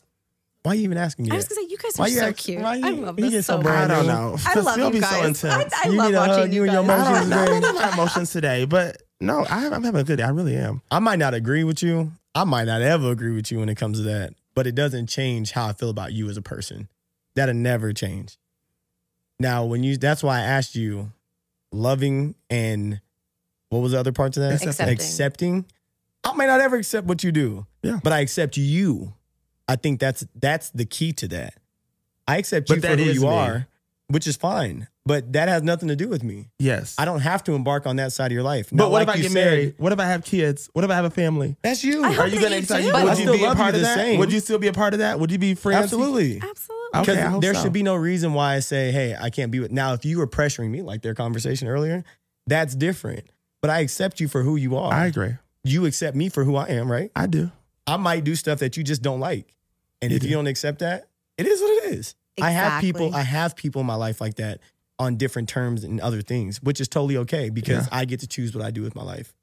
Speaker 5: why you even asking me?
Speaker 4: I
Speaker 5: That?
Speaker 4: was going to say, you guys
Speaker 5: why
Speaker 4: are
Speaker 5: you
Speaker 4: so
Speaker 5: ask-
Speaker 4: cute.
Speaker 5: why you-
Speaker 4: I love
Speaker 5: you
Speaker 4: this
Speaker 5: get so
Speaker 4: so much.
Speaker 5: brave.
Speaker 1: I
Speaker 5: I
Speaker 1: don't
Speaker 5: know.
Speaker 1: know.
Speaker 4: I love
Speaker 1: Phil
Speaker 4: you
Speaker 1: be so
Speaker 4: guys. I-
Speaker 1: intense.
Speaker 4: I
Speaker 5: You
Speaker 4: love
Speaker 5: need a hug,
Speaker 4: watching
Speaker 5: you and your
Speaker 4: guys.
Speaker 5: mom.
Speaker 1: I don't know.
Speaker 5: Jesus,
Speaker 1: I'm in my emotions today, but no, I have, I'm having a good day. I really am.
Speaker 5: I might not agree with you. I might not ever agree with you when it comes to that. But it doesn't change how I feel about you as a person. That'll never change. Now, when you that's why I asked you loving and what was the other part to that?
Speaker 2: Accepting.
Speaker 5: Accepting. I may not ever accept what you do.
Speaker 1: Yeah.
Speaker 5: But I accept you. I think that's that's the key to that. I accept
Speaker 1: But
Speaker 5: you for
Speaker 1: that
Speaker 5: who
Speaker 1: is
Speaker 5: you
Speaker 1: me.
Speaker 5: are, which is fine. But that has nothing to do with me.
Speaker 1: Yes.
Speaker 5: I don't have to embark on that side of your life.
Speaker 1: but
Speaker 5: Now,
Speaker 1: what if
Speaker 5: like
Speaker 1: I
Speaker 5: you
Speaker 1: get
Speaker 5: said,
Speaker 1: married? What if I have kids? What if I have a family?
Speaker 5: That's you.
Speaker 4: I hope
Speaker 1: Are you
Speaker 4: that
Speaker 1: gonna
Speaker 4: you
Speaker 1: accept?
Speaker 4: do.
Speaker 1: Would
Speaker 4: But I
Speaker 1: you
Speaker 5: still
Speaker 1: be a
Speaker 5: love you
Speaker 1: part of
Speaker 5: the
Speaker 1: that?
Speaker 5: same.
Speaker 1: Would you still be a part of that? Would you be friends?
Speaker 5: Absolutely.
Speaker 4: Absolutely.
Speaker 1: Okay,
Speaker 5: Because
Speaker 1: I hope
Speaker 5: there
Speaker 1: so.
Speaker 5: should be no reason why I say, hey, I can't be with. Now, if you were pressuring me, like their conversation earlier, that's different. But I accept you for who you are.
Speaker 1: I agree.
Speaker 5: you accept me for who I am, right?
Speaker 1: I do.
Speaker 5: I might do stuff that you just don't like. And
Speaker 1: You
Speaker 5: if
Speaker 1: do.
Speaker 5: you don't accept that, it is what it is. I have people, I have people in my life like that on different terms and other things, which is totally okay because I get to choose what I do with my life.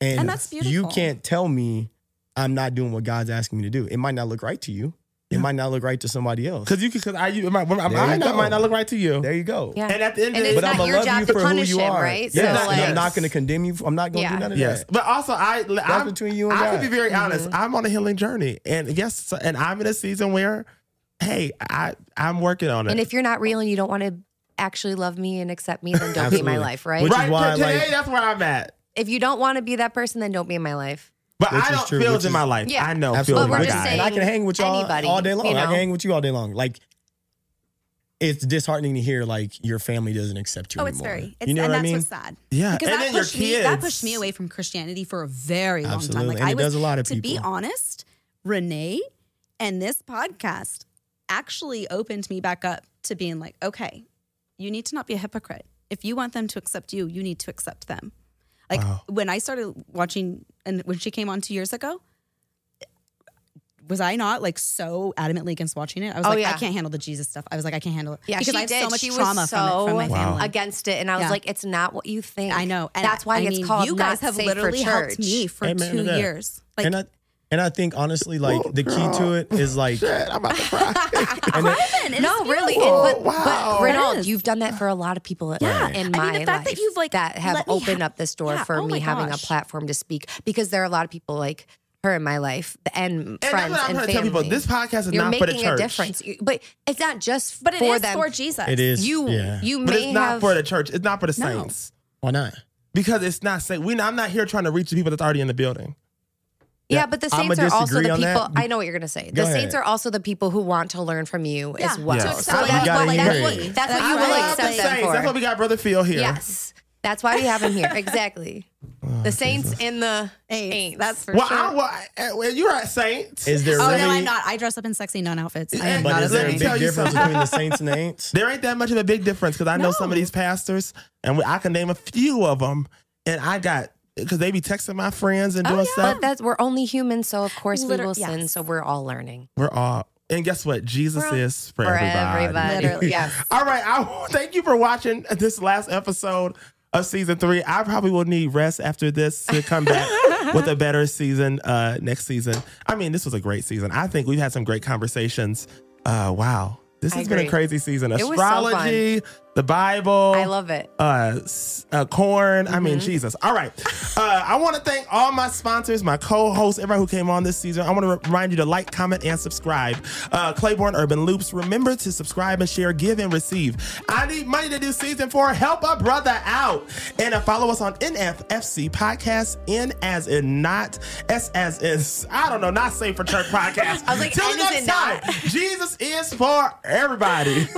Speaker 5: And,
Speaker 4: And that's
Speaker 5: You
Speaker 4: beautiful.
Speaker 5: can't tell me I'm not doing what God's asking me to do. It might not look right to you. It
Speaker 1: Yeah.
Speaker 5: might not look right to somebody else.
Speaker 1: Because you could. Because I, you, it might, I,
Speaker 5: you
Speaker 1: might not-
Speaker 5: go.
Speaker 1: might not look right to you.
Speaker 5: There you go.
Speaker 2: Yeah.
Speaker 1: And at the end of
Speaker 2: And it's
Speaker 1: the
Speaker 5: But
Speaker 2: not
Speaker 5: I'm gonna
Speaker 2: your
Speaker 5: love
Speaker 2: job
Speaker 5: you
Speaker 2: to
Speaker 5: for who
Speaker 2: punish
Speaker 5: you
Speaker 2: him,
Speaker 5: are.
Speaker 2: right?
Speaker 5: Yes.
Speaker 2: So,
Speaker 5: and
Speaker 2: like-
Speaker 5: I'm not going to condemn you. For, I'm not going to
Speaker 2: Yeah.
Speaker 5: do none of
Speaker 1: Yes,
Speaker 5: that.
Speaker 1: but also I I'm,
Speaker 5: between you and
Speaker 1: I can
Speaker 5: God.
Speaker 1: be very honest. I'm on a healing journey, and yes, so- and I'm in a season where, hey, I I'm working on it.
Speaker 2: And if you're not real and you don't want to actually love me and accept me, then don't be in my
Speaker 5: Absolutely.
Speaker 2: life, right?
Speaker 5: Which is
Speaker 1: right
Speaker 5: why,
Speaker 1: to today,
Speaker 5: like-
Speaker 1: that's where I'm at.
Speaker 2: If you don't want to be that person, then don't be in my life.
Speaker 1: But
Speaker 5: Which
Speaker 1: I
Speaker 5: is
Speaker 1: don't
Speaker 5: true,
Speaker 1: feel
Speaker 5: which
Speaker 1: it's in
Speaker 5: is-
Speaker 1: my life.
Speaker 2: Yeah.
Speaker 1: I know
Speaker 5: Absolutely.
Speaker 2: But we're
Speaker 1: my
Speaker 5: I got
Speaker 2: just
Speaker 1: guy.
Speaker 5: it.
Speaker 2: saying
Speaker 5: And I can hang with y'all
Speaker 2: anybody,
Speaker 5: all day long.
Speaker 2: you
Speaker 5: I
Speaker 2: know?
Speaker 5: can hang with you all day long. Like it's disheartening to hear like your family doesn't accept you
Speaker 4: Oh, it's
Speaker 5: anymore.
Speaker 4: very. It's,
Speaker 5: you know
Speaker 4: and
Speaker 5: what
Speaker 4: that's
Speaker 5: I mean? Uh,
Speaker 4: what's sad.
Speaker 1: Yeah,
Speaker 4: because
Speaker 1: and
Speaker 4: that
Speaker 1: then your
Speaker 4: pushed me that
Speaker 1: kids.
Speaker 4: pushed me away from Christianity for a very
Speaker 5: Absolutely,
Speaker 4: long time. Like
Speaker 5: and
Speaker 4: I
Speaker 5: it
Speaker 4: was
Speaker 5: does a lot of
Speaker 4: to be
Speaker 5: people.
Speaker 4: honest, Renee and this podcast actually opened me back up to being like, okay, you need to not be a hypocrite. If you want them to accept you, you need to accept them. Like when I started watching and when she came on two years ago, was I not like so adamantly against watching it? I was
Speaker 2: Oh,
Speaker 4: like, I
Speaker 2: yeah.
Speaker 4: can't handle the Jesus stuff. I was like, I can't handle it.
Speaker 2: Yeah,
Speaker 4: because
Speaker 2: she
Speaker 4: I have
Speaker 2: did.
Speaker 4: so much
Speaker 2: she
Speaker 4: trauma
Speaker 2: was
Speaker 4: from it
Speaker 2: so
Speaker 4: from my family.
Speaker 2: against it, and I was
Speaker 4: Yeah.
Speaker 2: like, "It's not what you think."
Speaker 4: I know. And
Speaker 2: That's why
Speaker 4: I
Speaker 2: it's
Speaker 4: mean,
Speaker 2: called.
Speaker 4: You guys
Speaker 2: not
Speaker 4: have
Speaker 2: safe
Speaker 4: literally
Speaker 2: for
Speaker 4: helped
Speaker 2: church.
Speaker 4: me for
Speaker 5: Amen to
Speaker 4: two
Speaker 5: that.
Speaker 4: years. Like
Speaker 5: and I and I think honestly, like the key to it is like
Speaker 1: Shit, I'm about to cry.
Speaker 5: and it-
Speaker 2: No, really.
Speaker 1: beautiful.
Speaker 2: and- but,
Speaker 1: Wow.
Speaker 2: but Renaud, you've done that for a lot of people
Speaker 5: Yeah.
Speaker 2: in
Speaker 4: I
Speaker 2: my
Speaker 4: mean, the fact that
Speaker 2: life
Speaker 4: you've, like,
Speaker 2: that have
Speaker 4: let me
Speaker 2: opened
Speaker 4: ha-
Speaker 2: up this door
Speaker 4: Yeah.
Speaker 2: for
Speaker 4: Oh
Speaker 2: me
Speaker 4: my
Speaker 2: having a
Speaker 4: gosh.
Speaker 2: platform to speak because there are a lot of people like her in my life and,
Speaker 1: And that's
Speaker 2: friends
Speaker 1: what I'm trying
Speaker 2: and family.
Speaker 1: to tell people. This podcast is
Speaker 2: You're
Speaker 1: not for
Speaker 2: making
Speaker 1: the church.
Speaker 2: a difference, You- but it's not just
Speaker 4: but it
Speaker 2: for
Speaker 4: is
Speaker 2: them.
Speaker 4: for Jesus.
Speaker 5: it is
Speaker 2: you
Speaker 5: Yeah.
Speaker 2: you
Speaker 1: But
Speaker 2: may
Speaker 1: it's not
Speaker 2: have
Speaker 1: for the church. It's not for the saints.
Speaker 5: Why not?
Speaker 1: Because it's not safe. We, I'm not here trying to reach the people that's already in the building.
Speaker 2: Yeah, but the
Speaker 5: I'ma
Speaker 2: saints are also
Speaker 5: disagree
Speaker 2: the
Speaker 5: on that.
Speaker 2: people. I know what you're gonna say.
Speaker 5: Go
Speaker 2: The saints
Speaker 5: ahead.
Speaker 2: are also the people who want to learn from you as
Speaker 4: Yeah.
Speaker 2: well.
Speaker 1: To
Speaker 2: So
Speaker 1: accept
Speaker 2: that's,
Speaker 1: what you
Speaker 2: what,
Speaker 5: gotta
Speaker 2: that's
Speaker 5: hear.
Speaker 2: what that's
Speaker 4: That's
Speaker 2: what you
Speaker 4: right.
Speaker 2: will
Speaker 4: Love
Speaker 2: accept
Speaker 4: the
Speaker 2: them
Speaker 1: Saints.
Speaker 2: for.
Speaker 1: That's why we got Brother Phil here.
Speaker 2: Yes, that's why we have him here. Exactly.
Speaker 5: Oh,
Speaker 2: the saints and the
Speaker 4: Ain't.
Speaker 2: ain't.
Speaker 4: That's for
Speaker 1: Well,
Speaker 4: sure.
Speaker 1: I, well, I- well, you're a saint.
Speaker 5: Is there
Speaker 4: oh
Speaker 5: really
Speaker 4: no, I'm not. I dress up in sexy nun outfits. I am
Speaker 1: But
Speaker 4: not
Speaker 5: But
Speaker 4: a
Speaker 5: is there a
Speaker 1: Let me
Speaker 5: big
Speaker 4: saint.
Speaker 1: tell you
Speaker 5: difference
Speaker 1: something.
Speaker 5: between the saints and the ain'ts?
Speaker 1: There ain't that much of a big difference because I know some of these pastors, and we, I can name a few of them, and I got because they be texting my friends
Speaker 2: Oh,
Speaker 1: and doing stuff.
Speaker 2: But that's we're only human, so of course
Speaker 4: Liter-
Speaker 2: we will sin.
Speaker 4: yes.
Speaker 2: So we're all learning
Speaker 1: We're all and guess what? Jesus is for,
Speaker 2: for
Speaker 1: everybody.
Speaker 2: everybody.
Speaker 4: Literally,
Speaker 2: yes.
Speaker 1: All right, I thank you for watching this last episode of season three. I probably will need rest after this to come back with a better season uh, next season. I mean, this was a great season. I think we've had some great conversations. Uh, wow, this
Speaker 2: I
Speaker 1: has been a
Speaker 2: agree.
Speaker 1: crazy season.
Speaker 2: was so
Speaker 1: Astrology, the
Speaker 5: Oh.
Speaker 1: Bible.
Speaker 2: I love it.
Speaker 1: uh, s- uh corn. I mean, Jesus. All right. Uh, I want to thank all my sponsors, my co-hosts, everyone who came on this season. I want to remind you to like, comment, and subscribe. Uh, Claiborne Urban Loops. Remember to subscribe and share, give and receive. I need money to do season four. Help a brother out and uh, follow us on NFFC podcast. N as in not, S as in I don't know, not safe for church podcast. I was
Speaker 2: like,
Speaker 1: Till
Speaker 2: N as
Speaker 1: next
Speaker 2: in
Speaker 1: time, Jesus is for everybody.